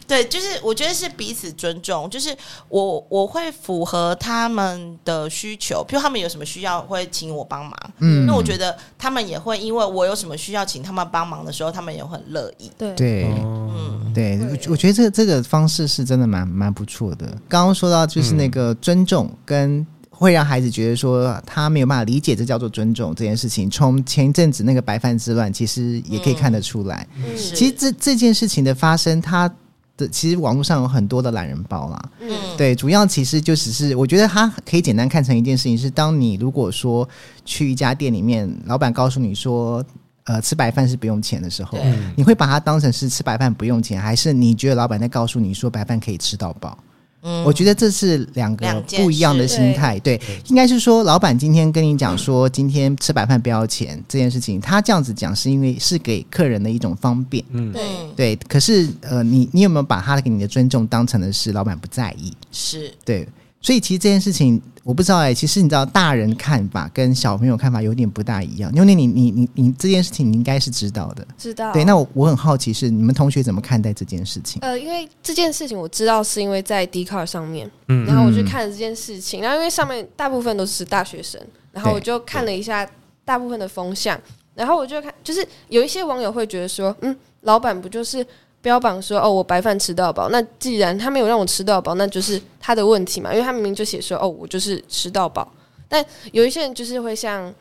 Speaker 3: 对，就是我觉得是彼此尊重，就是我我会符合他们的需求，譬如他们有什么需要会请我帮忙，
Speaker 1: 嗯
Speaker 3: 那我觉得他们也会因为我有什么需要请他们帮忙的时候，他们也会很乐意。
Speaker 4: 对
Speaker 1: 对。
Speaker 2: 嗯，
Speaker 1: 对，我我觉得这个这个方式是真的蛮蛮不错的。刚刚说到就是那个尊重跟会让孩子觉得说他没有办法理解这叫做尊重这件事情，从前一阵子那个白饭之乱其实也可以看得出来。
Speaker 4: 嗯
Speaker 3: 是
Speaker 1: 其实这这件事情的发生，它的其实网络上有很多的懒人包啦，
Speaker 3: 嗯，
Speaker 1: 对，主要其实就只是，我觉得它可以简单看成一件事情是，当你如果说去一家店里面，老板告诉你说，呃，吃白饭是不用钱的时候
Speaker 3: 对，
Speaker 1: 你会把它当成是吃白饭不用钱，还是你觉得老板在告诉你说白饭可以吃到饱？
Speaker 3: 嗯
Speaker 1: 我觉得这是两个
Speaker 3: 两件事
Speaker 1: 不一样的心态，对，应该是说，老板今天跟你讲说，今天吃白饭不要钱这件事情，他这样子讲是因为是给客人的一种方便，
Speaker 4: 对，
Speaker 3: 嗯
Speaker 1: 对。可是，呃，你你有没有把他给你的尊重当成的是老板不在意？
Speaker 3: 是
Speaker 1: 对，所以其实这件事情我不知道哎、其实你知道，大人看法跟小朋友看法有点不大一样。妞妞，你你你你这件事情你应该是知道的，
Speaker 4: 知道。
Speaker 1: 对？那我我很好奇是你们同学怎么看待这件事情？
Speaker 4: 呃，因为这件事情我知道是因为在 d c a r 上面，
Speaker 2: 嗯
Speaker 4: 然后我去看了这件事情，然后因为上面大部分都是大学生，然后
Speaker 1: 对
Speaker 4: 我就看了一下大部分的风向，然后我就看，就是有一些网友会觉得说，嗯，老板不就是标榜说，哦，我白饭吃到饱，那既然他没有让我吃到饱，那就是他的问题嘛，因为他明明就写说，哦，我就是吃到饱，但有一些人就是会像，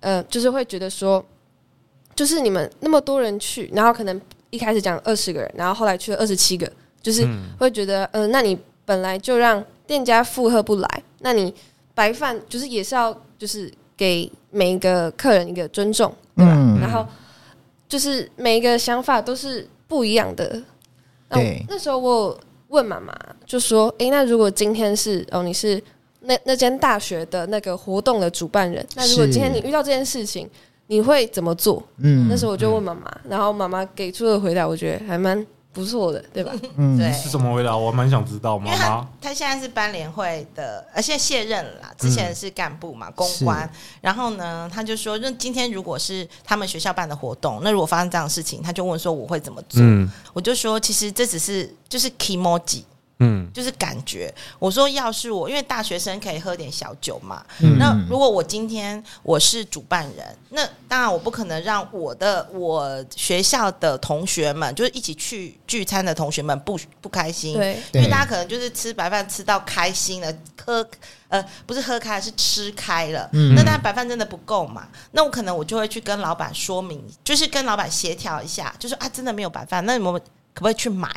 Speaker 4: 呃，就是会觉得说，就是你们那么多人去，然后可能一开始讲二十个人，然后后来去了二十七个，就是会觉得，嗯、那你本来就让店家负荷不来，那你白饭就是也是要就是给每一个客人一个尊重，对吧？
Speaker 1: 嗯
Speaker 4: 然后就是每一个想法都是不一样的。那我
Speaker 1: 对
Speaker 4: 那时候我有我问妈妈，就说：“诶，那如果今天是哦，你是那那间大学的那个活动的主办人，那如果
Speaker 1: 是
Speaker 4: 今天你遇到这件事情，你会怎么做？”
Speaker 1: 嗯
Speaker 4: 那时候我就问妈妈，然后妈妈给出的回答，我觉得还蛮不错的，对吧？
Speaker 1: 嗯
Speaker 3: 对，
Speaker 2: 是什么回答？我蛮想知道，
Speaker 3: 因
Speaker 2: 妈
Speaker 3: 为他
Speaker 2: 妈。
Speaker 3: 他现在是班联会的，而且卸任了啦，之
Speaker 1: 嗯
Speaker 3: 前是干部嘛，公关。然后呢，他就说，那今天如果是他们学校办的活动，那如果发生这样的事情，他就问说我会怎么做？
Speaker 2: 嗯
Speaker 3: 我就说，其实这只是就是 emoji，
Speaker 2: 嗯，
Speaker 3: 就是感觉。我说，要是我，因为大学生可以喝点小酒嘛。
Speaker 1: 嗯
Speaker 3: 那如果我今天我是主办人，那当然我不可能让我的我学校的同学们，就是一起去聚餐的同学们不不开
Speaker 1: 嗯
Speaker 3: 心。
Speaker 4: 对，
Speaker 3: 因为
Speaker 1: 对
Speaker 3: 大家可能就是吃白饭吃到开心了，喝呃不是喝开了是吃开了，
Speaker 1: 嗯
Speaker 3: 那但白饭真的不够嘛？那我可能我就会去跟老板说明，就是跟老板协调一下，就说啊真的没有白饭，那我们可不可以去买？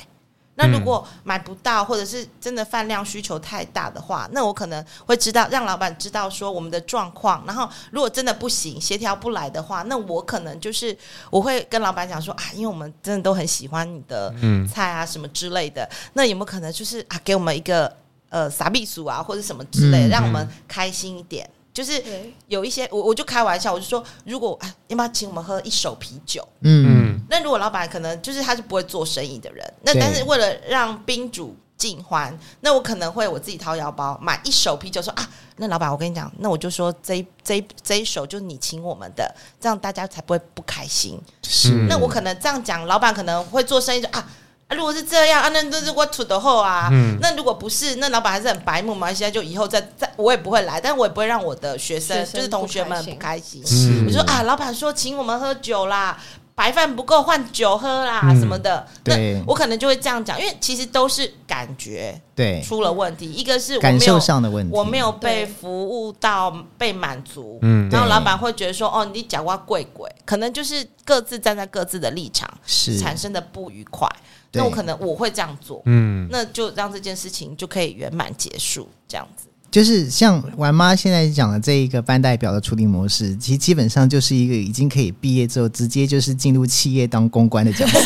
Speaker 3: 那如果买不到，或者是真的饭量需求太大的
Speaker 1: 嗯
Speaker 3: 话，那我可能会知道让老板知道说我们的状况。然后如果真的不行，协调不来的话，那我可能就是我会跟老板讲说啊，因为我们真的都很喜欢你的
Speaker 1: 嗯
Speaker 3: 菜啊什么之类的，那有没有可能就是啊，给我们一个呃傻避暑啊，或者什么之类的，
Speaker 1: 嗯
Speaker 3: 让我们开心一点？就是
Speaker 4: 对
Speaker 3: 有一些我我就开玩笑，我就说，如果啊，要不要请我们喝一手啤酒？
Speaker 1: 嗯
Speaker 3: 那如果老板可能就是他是不会做生意的人，那
Speaker 1: 对
Speaker 3: 但是为了让宾主尽欢，那我可能会我自己掏腰包买一手啤酒，说啊，那老板我跟你讲，那我就说这一这一这一手就是你请我们的，这样大家才不会不开心。
Speaker 2: 嗯
Speaker 1: 是
Speaker 3: 那我可能这样讲，老板可能会做生意就啊。啊如果是这样啊，那那是我出的后啊。
Speaker 2: 嗯
Speaker 3: 那如果不是，那老板还是很白目嘛。现啊在就以后再再，我也不会来，但我也不会让我的学生
Speaker 4: 学生
Speaker 3: 就是同学们
Speaker 4: 不
Speaker 3: 不
Speaker 4: 开
Speaker 3: 开心。
Speaker 2: 嗯
Speaker 3: 我就说啊，老板说请我们喝酒啦，白饭不够换酒喝啦、
Speaker 2: 嗯
Speaker 3: 什么的。
Speaker 1: 对
Speaker 3: 那我可能就会这样讲，因为其实都是感觉
Speaker 1: 对，
Speaker 3: 出了问题，一个是我
Speaker 1: 感
Speaker 3: 没
Speaker 1: 受
Speaker 3: 有
Speaker 1: 上的问题，
Speaker 3: 我没有被
Speaker 4: 对
Speaker 3: 服务到被满足，
Speaker 2: 嗯
Speaker 3: 然后
Speaker 1: 对
Speaker 3: 老板会觉得说，哦，你讲话贵贵，可能就是各自站在各自的立场
Speaker 1: 是
Speaker 3: 产生的不愉快。
Speaker 1: 对
Speaker 3: 那我可能我会这样做，
Speaker 2: 嗯
Speaker 3: 那就让这件事情就可以圆满结束，这样子。
Speaker 1: 就是像玩妈现在讲的这一个班代表的处理模式，其实基本上就是一个已经可以毕业之后直接就是进入企业当公关的角色，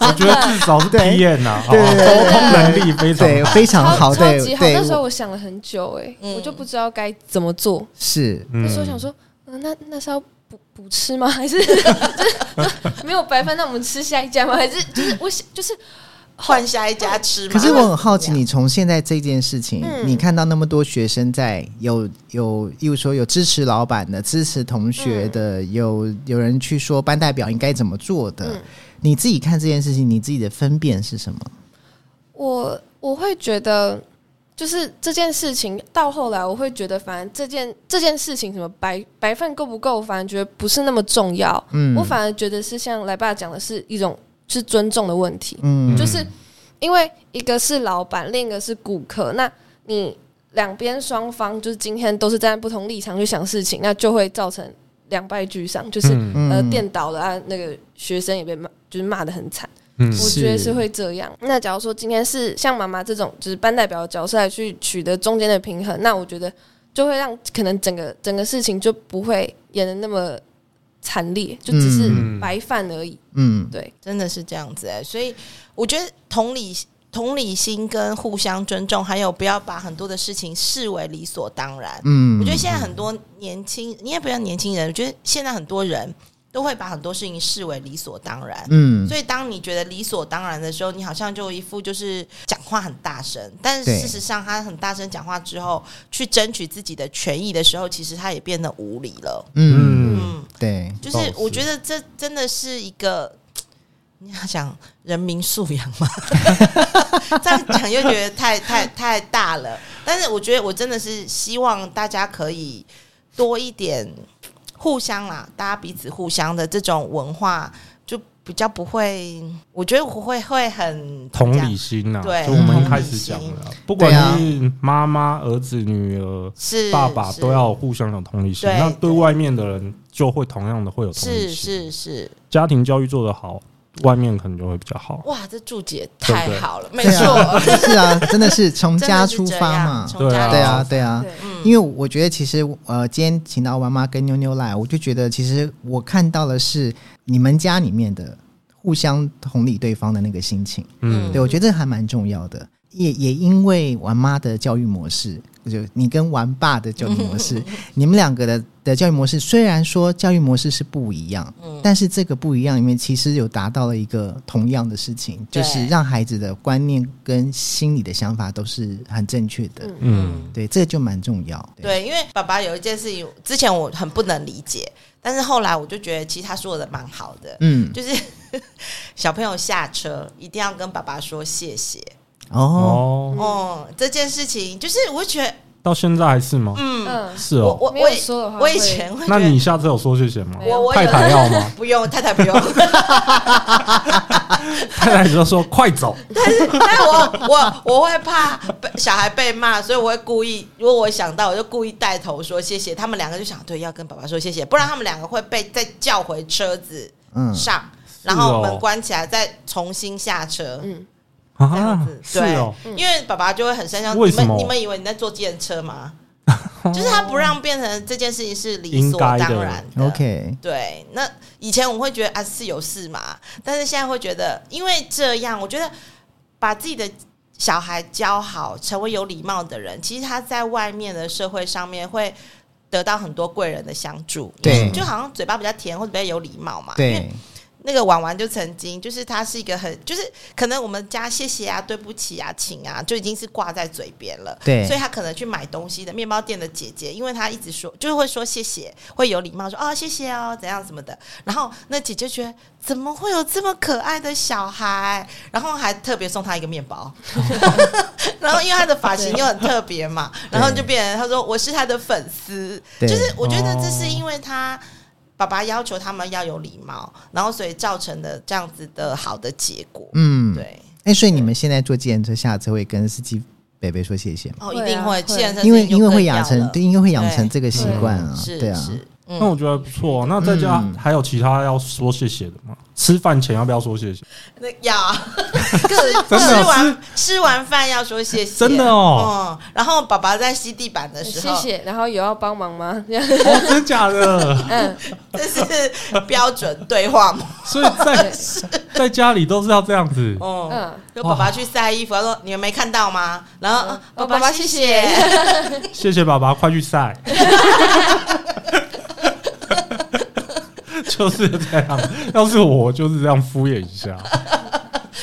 Speaker 2: 我觉得至少是
Speaker 1: 对
Speaker 2: 体验呐，好
Speaker 1: 对
Speaker 2: 吧
Speaker 1: 对对
Speaker 2: 沟
Speaker 1: 对
Speaker 2: 通能力非常
Speaker 1: 对，
Speaker 2: 好
Speaker 1: 非常好，
Speaker 4: 超
Speaker 1: 对
Speaker 4: 级好。
Speaker 1: 对，
Speaker 4: 那时候我想了很久、诶，
Speaker 3: 嗯
Speaker 4: 我就不知道该怎么做。
Speaker 1: 是
Speaker 2: 嗯
Speaker 4: 那时候想说，嗯、那那是要补补吃吗？ 还是就是没有白饭，那我们吃下一家吗？还 是就是我想就是
Speaker 3: 换下一家吃嘛。啊
Speaker 1: 可是我很好奇，你从现在这件事情，
Speaker 3: 嗯
Speaker 1: 你看到那么多学生在有有，例如说有支持老板的、支持同学
Speaker 3: 嗯
Speaker 1: 的，有有人去说班代表应该怎么做的，
Speaker 3: 嗯
Speaker 1: 你自己看这件事情，你自己的分辨是什么？
Speaker 4: 我我会觉得，就是这件事情到后来，我会觉得，反正这件这件事情什么白白饭够不够，反正觉得不是那么重要。
Speaker 1: 嗯
Speaker 4: 我反而觉得是像来爸讲的，是一种是尊重的问题，
Speaker 1: 嗯
Speaker 4: 就是因为一个是老板，另一个是顾客，那你两边双方就是今天都是站在不同立场去想事情，那就会造成两败俱伤，就是、呃
Speaker 1: 嗯
Speaker 4: 电倒了啊，那个学生也被骂，就是骂的很惨。
Speaker 2: 嗯
Speaker 4: 我觉得
Speaker 1: 是
Speaker 4: 是会这样。那假如说今天是像妈妈这种就是班代表的角色来去取得中间的平衡，那我觉得就会让可能整个整个事情就不会演的那么惨烈，就只是
Speaker 2: 嗯
Speaker 4: 白饭而已。
Speaker 1: 嗯
Speaker 4: 对，
Speaker 3: 真的是这样子哎、所以我觉得同理同理心跟互相尊重，还有不要把很多的事情视为理所当然。
Speaker 1: 嗯，
Speaker 3: 我觉得现在很多年轻，你也不要年轻人，我觉得现在很多人都会把很多事情视为理所当然。
Speaker 1: 嗯
Speaker 3: 所以，当你觉得理所当然的时候，你好像就一副就是讲话很大声，但是
Speaker 1: 对
Speaker 3: 事实上，他很大声讲话之后，去争取自己的权益的时候，其实他也变得无理了。
Speaker 1: 嗯
Speaker 2: 嗯，
Speaker 3: 嗯，
Speaker 1: 对
Speaker 3: 就是
Speaker 2: 倒是
Speaker 3: 我觉得这真的是一个，你要讲人民素养吗？ 这样讲又觉得太太太大了。但是我觉得我真的是希望大家可以多一点互相啦，大家彼此互相的这种文化，就比较不会，我觉得我会会很
Speaker 2: 同。
Speaker 3: 怎么
Speaker 2: 理
Speaker 3: 讲
Speaker 2: 心呐，
Speaker 3: 对
Speaker 2: 就我们
Speaker 1: 同
Speaker 2: 一
Speaker 1: 理
Speaker 2: 开始
Speaker 3: 心
Speaker 2: 讲的啊，不管
Speaker 1: 对啊
Speaker 2: 是妈妈、儿子、女儿、
Speaker 3: 是
Speaker 2: 爸爸
Speaker 3: 是
Speaker 2: 都要互相有同理心，
Speaker 3: 对
Speaker 2: 那对
Speaker 3: 对
Speaker 2: 外面的人就会同样的会有同理
Speaker 3: 是
Speaker 2: 心。
Speaker 3: 是是，
Speaker 2: 家庭教育做得好，外面可能就会比较好。
Speaker 3: 哇，这注解
Speaker 2: 对不
Speaker 3: 太
Speaker 2: 对
Speaker 3: 好了，没
Speaker 1: 对啊
Speaker 3: 错，
Speaker 1: 是啊，真的是从
Speaker 3: 真
Speaker 1: 家
Speaker 3: 的是
Speaker 1: 出
Speaker 3: 这
Speaker 1: 发
Speaker 3: 样
Speaker 1: 嘛，
Speaker 3: 从家
Speaker 2: 对
Speaker 1: 对
Speaker 3: 出
Speaker 1: 啊
Speaker 3: 发
Speaker 1: 对啊，
Speaker 4: 对，
Speaker 3: 嗯
Speaker 1: 因为我觉得其实呃，今天请到玩妈跟妞妞来，我就觉得其实我看到的是你们家里面的互相同理对方的那个心情。
Speaker 2: 嗯
Speaker 3: 嗯
Speaker 1: 对我觉得这还蛮重要的。也也因为玩妈的教育模式，就你跟玩爸的教育模 式，你们两个的的教育模式，虽然说教育模式是不一样，
Speaker 3: 嗯
Speaker 1: 但是这个不一样里面其实有达到了一个同样的事情，
Speaker 3: 对
Speaker 1: 就是让孩子的观念跟心理的想法都是很正确的。
Speaker 4: 嗯
Speaker 2: 嗯，
Speaker 1: 对，这就蛮重要。
Speaker 3: 对，因为爸爸有一件事情，之前我很不能理解，但是后来我就觉得其实他说的蛮好的，
Speaker 1: 嗯，
Speaker 3: 就是 小朋友下车一定要跟爸爸说谢谢。
Speaker 1: 哦，
Speaker 2: 哦，
Speaker 3: 哦、这件事情就是我会觉得，
Speaker 2: 到现在还是吗？
Speaker 3: 嗯，
Speaker 4: 嗯，
Speaker 2: 是
Speaker 3: 我
Speaker 2: 哦。
Speaker 3: 我
Speaker 4: 没有
Speaker 3: 我以
Speaker 4: 说的话
Speaker 3: 我以
Speaker 4: 会
Speaker 3: 前会觉
Speaker 2: 那
Speaker 3: 得
Speaker 2: 你下次有说谢谢吗？
Speaker 4: 没有
Speaker 3: 我我
Speaker 2: 太
Speaker 3: 有
Speaker 2: 太要吗？
Speaker 3: 不用太太不用，
Speaker 2: 太太就说快走，
Speaker 3: 但是我我我会怕被小孩被骂，所以我会故意，如果我想到，我就故意带头说谢谢。他们两个就想，对，要跟爸爸说谢谢，不然他们两个会被再叫回车子
Speaker 1: 嗯，
Speaker 3: 上，然
Speaker 2: 是
Speaker 3: 后
Speaker 2: 哦
Speaker 3: 门关起来，再重新下车。
Speaker 4: 嗯，
Speaker 3: 这样
Speaker 2: 啊
Speaker 3: 子，，
Speaker 2: 是
Speaker 3: 对
Speaker 2: 哦，，
Speaker 3: 因为爸爸就会很生气。
Speaker 2: 为
Speaker 3: 你
Speaker 2: 什么
Speaker 3: 们你们以为你在坐计程 车吗？就是他不让变成这件事情是理
Speaker 2: 应
Speaker 3: 所
Speaker 2: 该的
Speaker 3: 当然的。
Speaker 1: OK，
Speaker 3: 对，那以前我会觉得啊是有事嘛，但是现在会觉得，因为这样，我觉得把自己的小孩教好，成为有礼貌的人，其实他在外面的社会上面会得到很多贵人的相助。
Speaker 1: 对
Speaker 3: 就好像嘴巴比较甜或者比较有礼貌嘛。因为
Speaker 1: 对，
Speaker 3: 那个婉婉就曾经，就是她是一个很，就是可能我们家谢谢啊、对不起啊、请啊，就已经是挂在嘴边了。
Speaker 1: 对
Speaker 3: 所以她可能去买东西的面包店的姐姐，因为她一直说，就是会说谢谢，会有礼貌说哦谢谢哦怎样什么的。然后那姐姐觉得怎么会有这么可爱的小孩， 然后还特别送她一个面包， 然后因为她的发型又很特别嘛，然后就变成她说我是她的粉丝，
Speaker 1: 对
Speaker 3: 就是我觉得这是因为她。爸爸要求他们要有礼貌，然后所以造成的这样子的好的结果。
Speaker 1: 嗯，
Speaker 3: 对，
Speaker 1: 哎，所以你们现在坐计程车下车会跟司机北北说谢谢吗？
Speaker 3: 哦，
Speaker 4: 会
Speaker 3: 一
Speaker 4: 啊
Speaker 3: 定会，
Speaker 4: 会
Speaker 3: 健身
Speaker 1: 因为因为会养
Speaker 3: 养
Speaker 1: 成，对，因为会养
Speaker 3: 对
Speaker 1: 成这个习惯啊，
Speaker 3: 是
Speaker 1: 对啊，
Speaker 3: 是，
Speaker 2: 那我
Speaker 3: 嗯，
Speaker 2: 觉得不错。哦那在家
Speaker 1: 嗯
Speaker 2: 还有其他要说谢谢的吗？吃饭前要不要说 谢谢？
Speaker 3: 那要
Speaker 2: 真的
Speaker 3: 吃
Speaker 2: 有吃
Speaker 3: 完吃完饭要说谢谢，
Speaker 2: 真的哦。
Speaker 3: 嗯，然后爸爸在吸地板的时
Speaker 4: 哎谢
Speaker 3: 候，
Speaker 4: 谢。然后有要帮忙吗？这样
Speaker 2: 哦，真假的？
Speaker 4: 嗯，
Speaker 3: 这是标准对话嘛？
Speaker 2: 所以在在家里都是要这样子。
Speaker 3: 嗯
Speaker 4: 嗯，
Speaker 3: 就爸爸去晒衣服，他说你们没看到吗？然后啊
Speaker 4: 哦
Speaker 3: 爸
Speaker 4: 爸爸
Speaker 3: 谢
Speaker 4: 谢
Speaker 3: 谢，
Speaker 2: 谢谢爸爸，快去 晒。就是这样，要是我就是这样敷衍一下，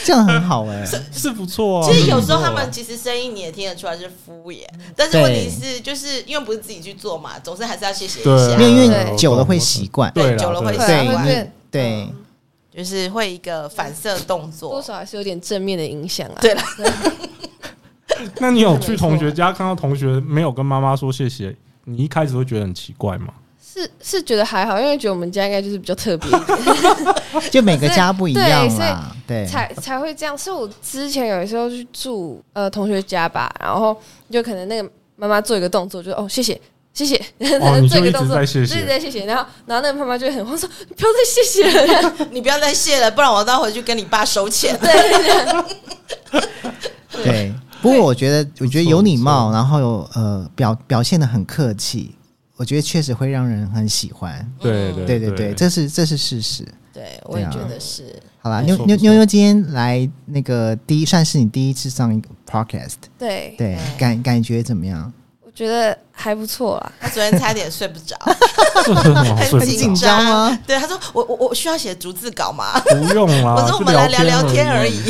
Speaker 1: 这样很好哎、
Speaker 2: 是不错啊。
Speaker 3: 其实有时候他
Speaker 2: 是
Speaker 3: 们
Speaker 2: 不错啊
Speaker 3: 其实声音你也听得出来是敷衍，但是问题是，就是因为不是自己去做嘛，总是还是要谢谢一
Speaker 2: 对，
Speaker 3: 下
Speaker 1: 没，有因为
Speaker 4: 对
Speaker 1: 久了会习惯
Speaker 2: 对啦
Speaker 3: 久了会
Speaker 2: 对
Speaker 3: 习
Speaker 4: 对
Speaker 3: 惯
Speaker 4: 会变
Speaker 1: 对，
Speaker 3: 就是会一个反射动作。
Speaker 4: 多少还是有点正面的影响啊。
Speaker 3: 对了，
Speaker 2: 那你有去同学家看到同学没有跟妈妈说谢谢，你一开始会觉得很奇怪吗？
Speaker 4: 是是觉得还好，因为觉得我们家应该就是比较特别一点，
Speaker 1: 就每个家不一样
Speaker 4: 所以
Speaker 1: 啦，对，
Speaker 4: 才才会这样。是我之前有时候去住呃同学家吧，然后就可能那个妈妈做一个动作，就哦谢谢。谢谢，
Speaker 2: 哦你就
Speaker 4: 做
Speaker 2: 一直
Speaker 4: 个动作，
Speaker 2: 在谢谢
Speaker 4: 对对谢谢。然后，然后那个妈妈就很慌说：“你不要再谢谢了。”
Speaker 3: 你不要再谢了，不然我到回去跟你爸收钱。
Speaker 1: 对。不过我觉得，我觉得有礼
Speaker 2: 不错不
Speaker 1: 貌，
Speaker 2: 错
Speaker 1: 然后有呃表表现的很客气，我觉得确实会让人很喜欢。
Speaker 2: 对
Speaker 3: 嗯
Speaker 1: 对对对，这是这是事实。
Speaker 3: 对，我也
Speaker 1: 对啊
Speaker 3: 觉得是。
Speaker 1: 好啦，
Speaker 2: 没
Speaker 1: 妞
Speaker 2: 错
Speaker 1: 妞
Speaker 2: 没错
Speaker 1: 妞妞今天来那个第一，算是你第一次上一个 podcast，
Speaker 4: 对，
Speaker 1: 对，感感觉怎么样？
Speaker 4: 我觉得还不错啊啦。
Speaker 3: 他昨天差点睡不着，
Speaker 2: 这很好哦睡
Speaker 3: 很
Speaker 2: 不
Speaker 3: 紧
Speaker 2: 着，
Speaker 3: 张啊
Speaker 1: 紧张吗？
Speaker 3: 对，他说我我我需要写逐字稿吗？
Speaker 2: 不用啦。
Speaker 3: 我说我们来
Speaker 2: 就
Speaker 3: 聊聊天而
Speaker 2: 而。
Speaker 3: 已，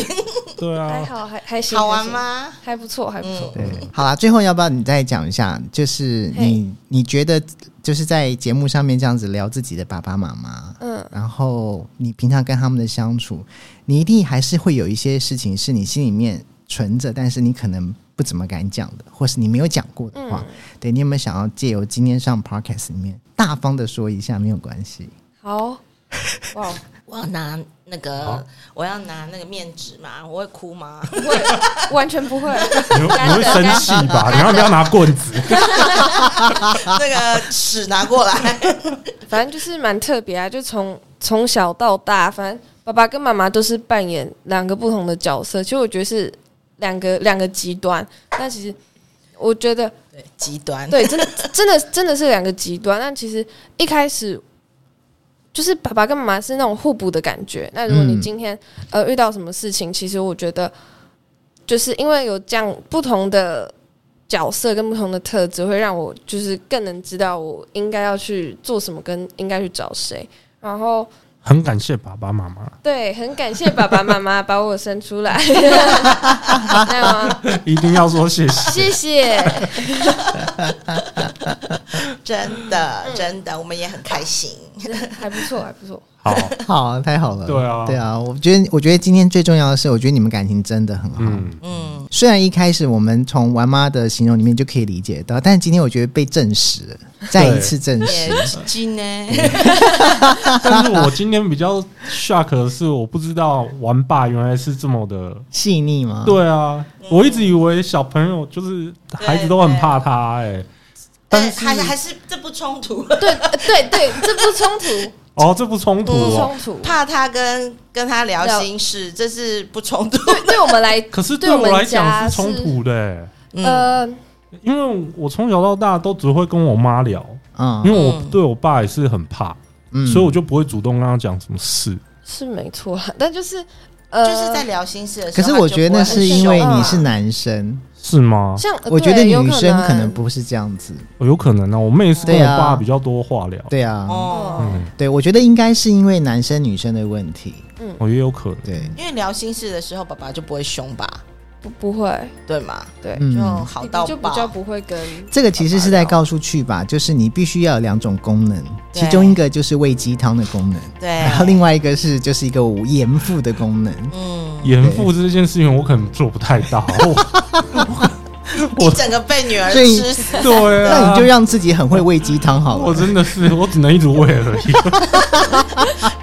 Speaker 2: 对
Speaker 4: 还
Speaker 2: 啊，
Speaker 4: 好，还还行，
Speaker 3: 好玩
Speaker 4: 还行？
Speaker 3: 吗？
Speaker 4: 还不错，还不错。
Speaker 1: 对，好啦，最后要不要你再讲一下？就是你你觉得就是在节目上面这样子聊自己的爸爸妈妈，
Speaker 4: 嗯
Speaker 1: 然后你平常跟他们的相处，你一定还是会有一些事情是你心里面存着，但是你可能不怎么敢讲的，或是你没有讲过的
Speaker 4: 嗯
Speaker 1: 话，对你有没有想要借由今天上 podcast 里面大方的说一下，没有关系。
Speaker 4: 好，哇，
Speaker 3: 我要拿那
Speaker 2: 好
Speaker 3: 个，我要拿那个面纸嘛，我会 哭吗？
Speaker 4: 我 完全不会。
Speaker 2: 你会你会生气 吧？你要不要拿棍子？
Speaker 3: 那个尺拿过来，
Speaker 4: 反正就是蛮特别啊，就从从小到大，反正爸爸跟妈妈都是扮演两个不同的角色，其实我觉得是两个两个极端。但其实我觉得，
Speaker 3: 对，极端，
Speaker 4: 对，真的真的真的是两个极端。但其实一开始就是爸爸跟妈妈是那种互补的感觉。那如果你
Speaker 1: 嗯
Speaker 4: 今天、呃遇到什么事情，其实我觉得就是因为有这样不同的角色跟不同的特质，会让我就是更能知道我应该要去做什么，跟应该去找谁。然后
Speaker 2: 很感谢爸爸妈妈，
Speaker 4: 对，很感谢爸爸妈妈把我生出来。 那么
Speaker 2: 一定要说谢谢。
Speaker 4: 谢谢，
Speaker 3: 真
Speaker 2: 嗯
Speaker 3: 的真的，我们也很开心。
Speaker 4: 还不错，还不错。
Speaker 2: 好，
Speaker 1: 好，太好了。
Speaker 2: 对啊
Speaker 1: 对啊，我觉得，我觉得今天最重要的是，我觉得你们感情真的很好。
Speaker 2: 嗯，
Speaker 3: 嗯，
Speaker 1: 虽然一开始我们从玩妈的形容里面就可以理解到，但今天我觉得被证实了，再一次证
Speaker 3: 也
Speaker 1: 实。
Speaker 3: 今呢，
Speaker 2: 但是我今天比较 shock 的是，我不知道玩爸原来是这么的。
Speaker 1: 细腻吗？，
Speaker 2: 对啊，
Speaker 3: 嗯
Speaker 2: 我一直以为小朋友就是孩子都很怕他，哎，但
Speaker 3: 但
Speaker 2: 是
Speaker 3: 还还是这不冲突，
Speaker 4: 对呃对对，这不冲突，
Speaker 2: 哦，这不冲突
Speaker 4: 不
Speaker 2: 哦。
Speaker 4: 冲突。
Speaker 3: 怕他跟跟他聊
Speaker 4: 聊
Speaker 3: 心事，这是不冲突。
Speaker 4: 对，对我们来，
Speaker 2: 可是
Speaker 4: 对
Speaker 2: 对
Speaker 4: 我
Speaker 2: 我
Speaker 4: 们
Speaker 2: 来
Speaker 4: 家
Speaker 2: 讲是冲
Speaker 4: 是
Speaker 2: 突的、哎
Speaker 3: 嗯
Speaker 4: 呃，
Speaker 2: 因为我从小到大都只会跟我妈聊，因
Speaker 1: 嗯
Speaker 2: 为我
Speaker 3: 嗯
Speaker 2: 对我爸也是很怕，
Speaker 1: 嗯
Speaker 2: 所以我就不会主动跟他讲什么事。
Speaker 4: 是没错啦， 但就是呃，
Speaker 3: 就是在聊心事的时
Speaker 1: 可
Speaker 3: 候，
Speaker 1: 是我觉得那
Speaker 3: 他就不
Speaker 1: 是
Speaker 3: 会很
Speaker 1: 因为
Speaker 3: 凶
Speaker 1: 你是男生，
Speaker 2: 是吗？
Speaker 4: 像呃
Speaker 1: 我觉得女生可
Speaker 4: 可
Speaker 1: 能不是这样子。
Speaker 2: 哦有可能啊，我妹是跟
Speaker 1: 对
Speaker 2: 我
Speaker 1: 啊
Speaker 2: 爸比较多话聊，
Speaker 1: 对啊，
Speaker 3: 哦，
Speaker 4: 哦，
Speaker 2: 嗯，
Speaker 1: 对，我觉得应该是因为男生女生的问题。
Speaker 2: 我哦也有可能。
Speaker 1: 啊对，
Speaker 3: 因为聊心事的时候，爸爸就不会凶吧？
Speaker 4: 不不会，
Speaker 3: 对吗？
Speaker 4: 对，
Speaker 3: 就
Speaker 1: 嗯，
Speaker 3: 好
Speaker 4: 你
Speaker 3: 到
Speaker 4: 就比
Speaker 3: 爆，
Speaker 4: 较不会 跟
Speaker 1: 这个其实是在告诉去吧，就是你必须要有两种功能，
Speaker 3: 对
Speaker 1: 其中一个就是喂鸡汤的功能，
Speaker 3: 对，
Speaker 1: 然后另外一个是就是一个严父的功能。
Speaker 3: 嗯，
Speaker 2: 严父这件事情我可能做不太到，哦我
Speaker 3: 一整个被女儿
Speaker 1: 所以
Speaker 3: 吃死，
Speaker 2: 对啊，
Speaker 1: 那你就让自己很会喂鸡汤好
Speaker 2: 我
Speaker 1: 了。
Speaker 2: 真的是我只能一直喂 而已。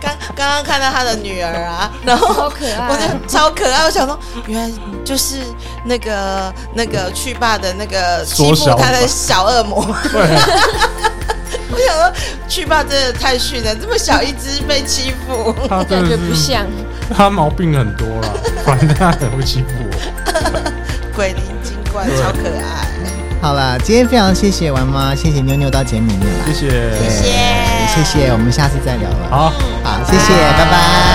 Speaker 3: 刚刚刚看到他的女儿啊，然
Speaker 4: 好
Speaker 3: 后
Speaker 4: 可爱，
Speaker 3: 我就超可爱，我想说，原来就是那个那个去爸的那个欺
Speaker 2: 缩
Speaker 3: 负
Speaker 2: 小啊
Speaker 3: 他的
Speaker 2: 版
Speaker 3: 小恶魔。 我想说，去爸真的太逊了，这么小一只被欺负。
Speaker 2: 他真
Speaker 4: 感觉
Speaker 2: 的
Speaker 4: 不
Speaker 2: 是
Speaker 4: 像，
Speaker 1: 嗯
Speaker 2: 他毛病很多啦，反正他很会欺负我。
Speaker 3: 鬼灵精怪，超可爱，
Speaker 1: 好了，今天非常谢谢玩妈，谢谢妞妞到节目里面来，
Speaker 2: 哎谢谢，
Speaker 1: 对谢谢，我们下次再聊了。
Speaker 2: 好。
Speaker 1: 好，谢谢，拜拜。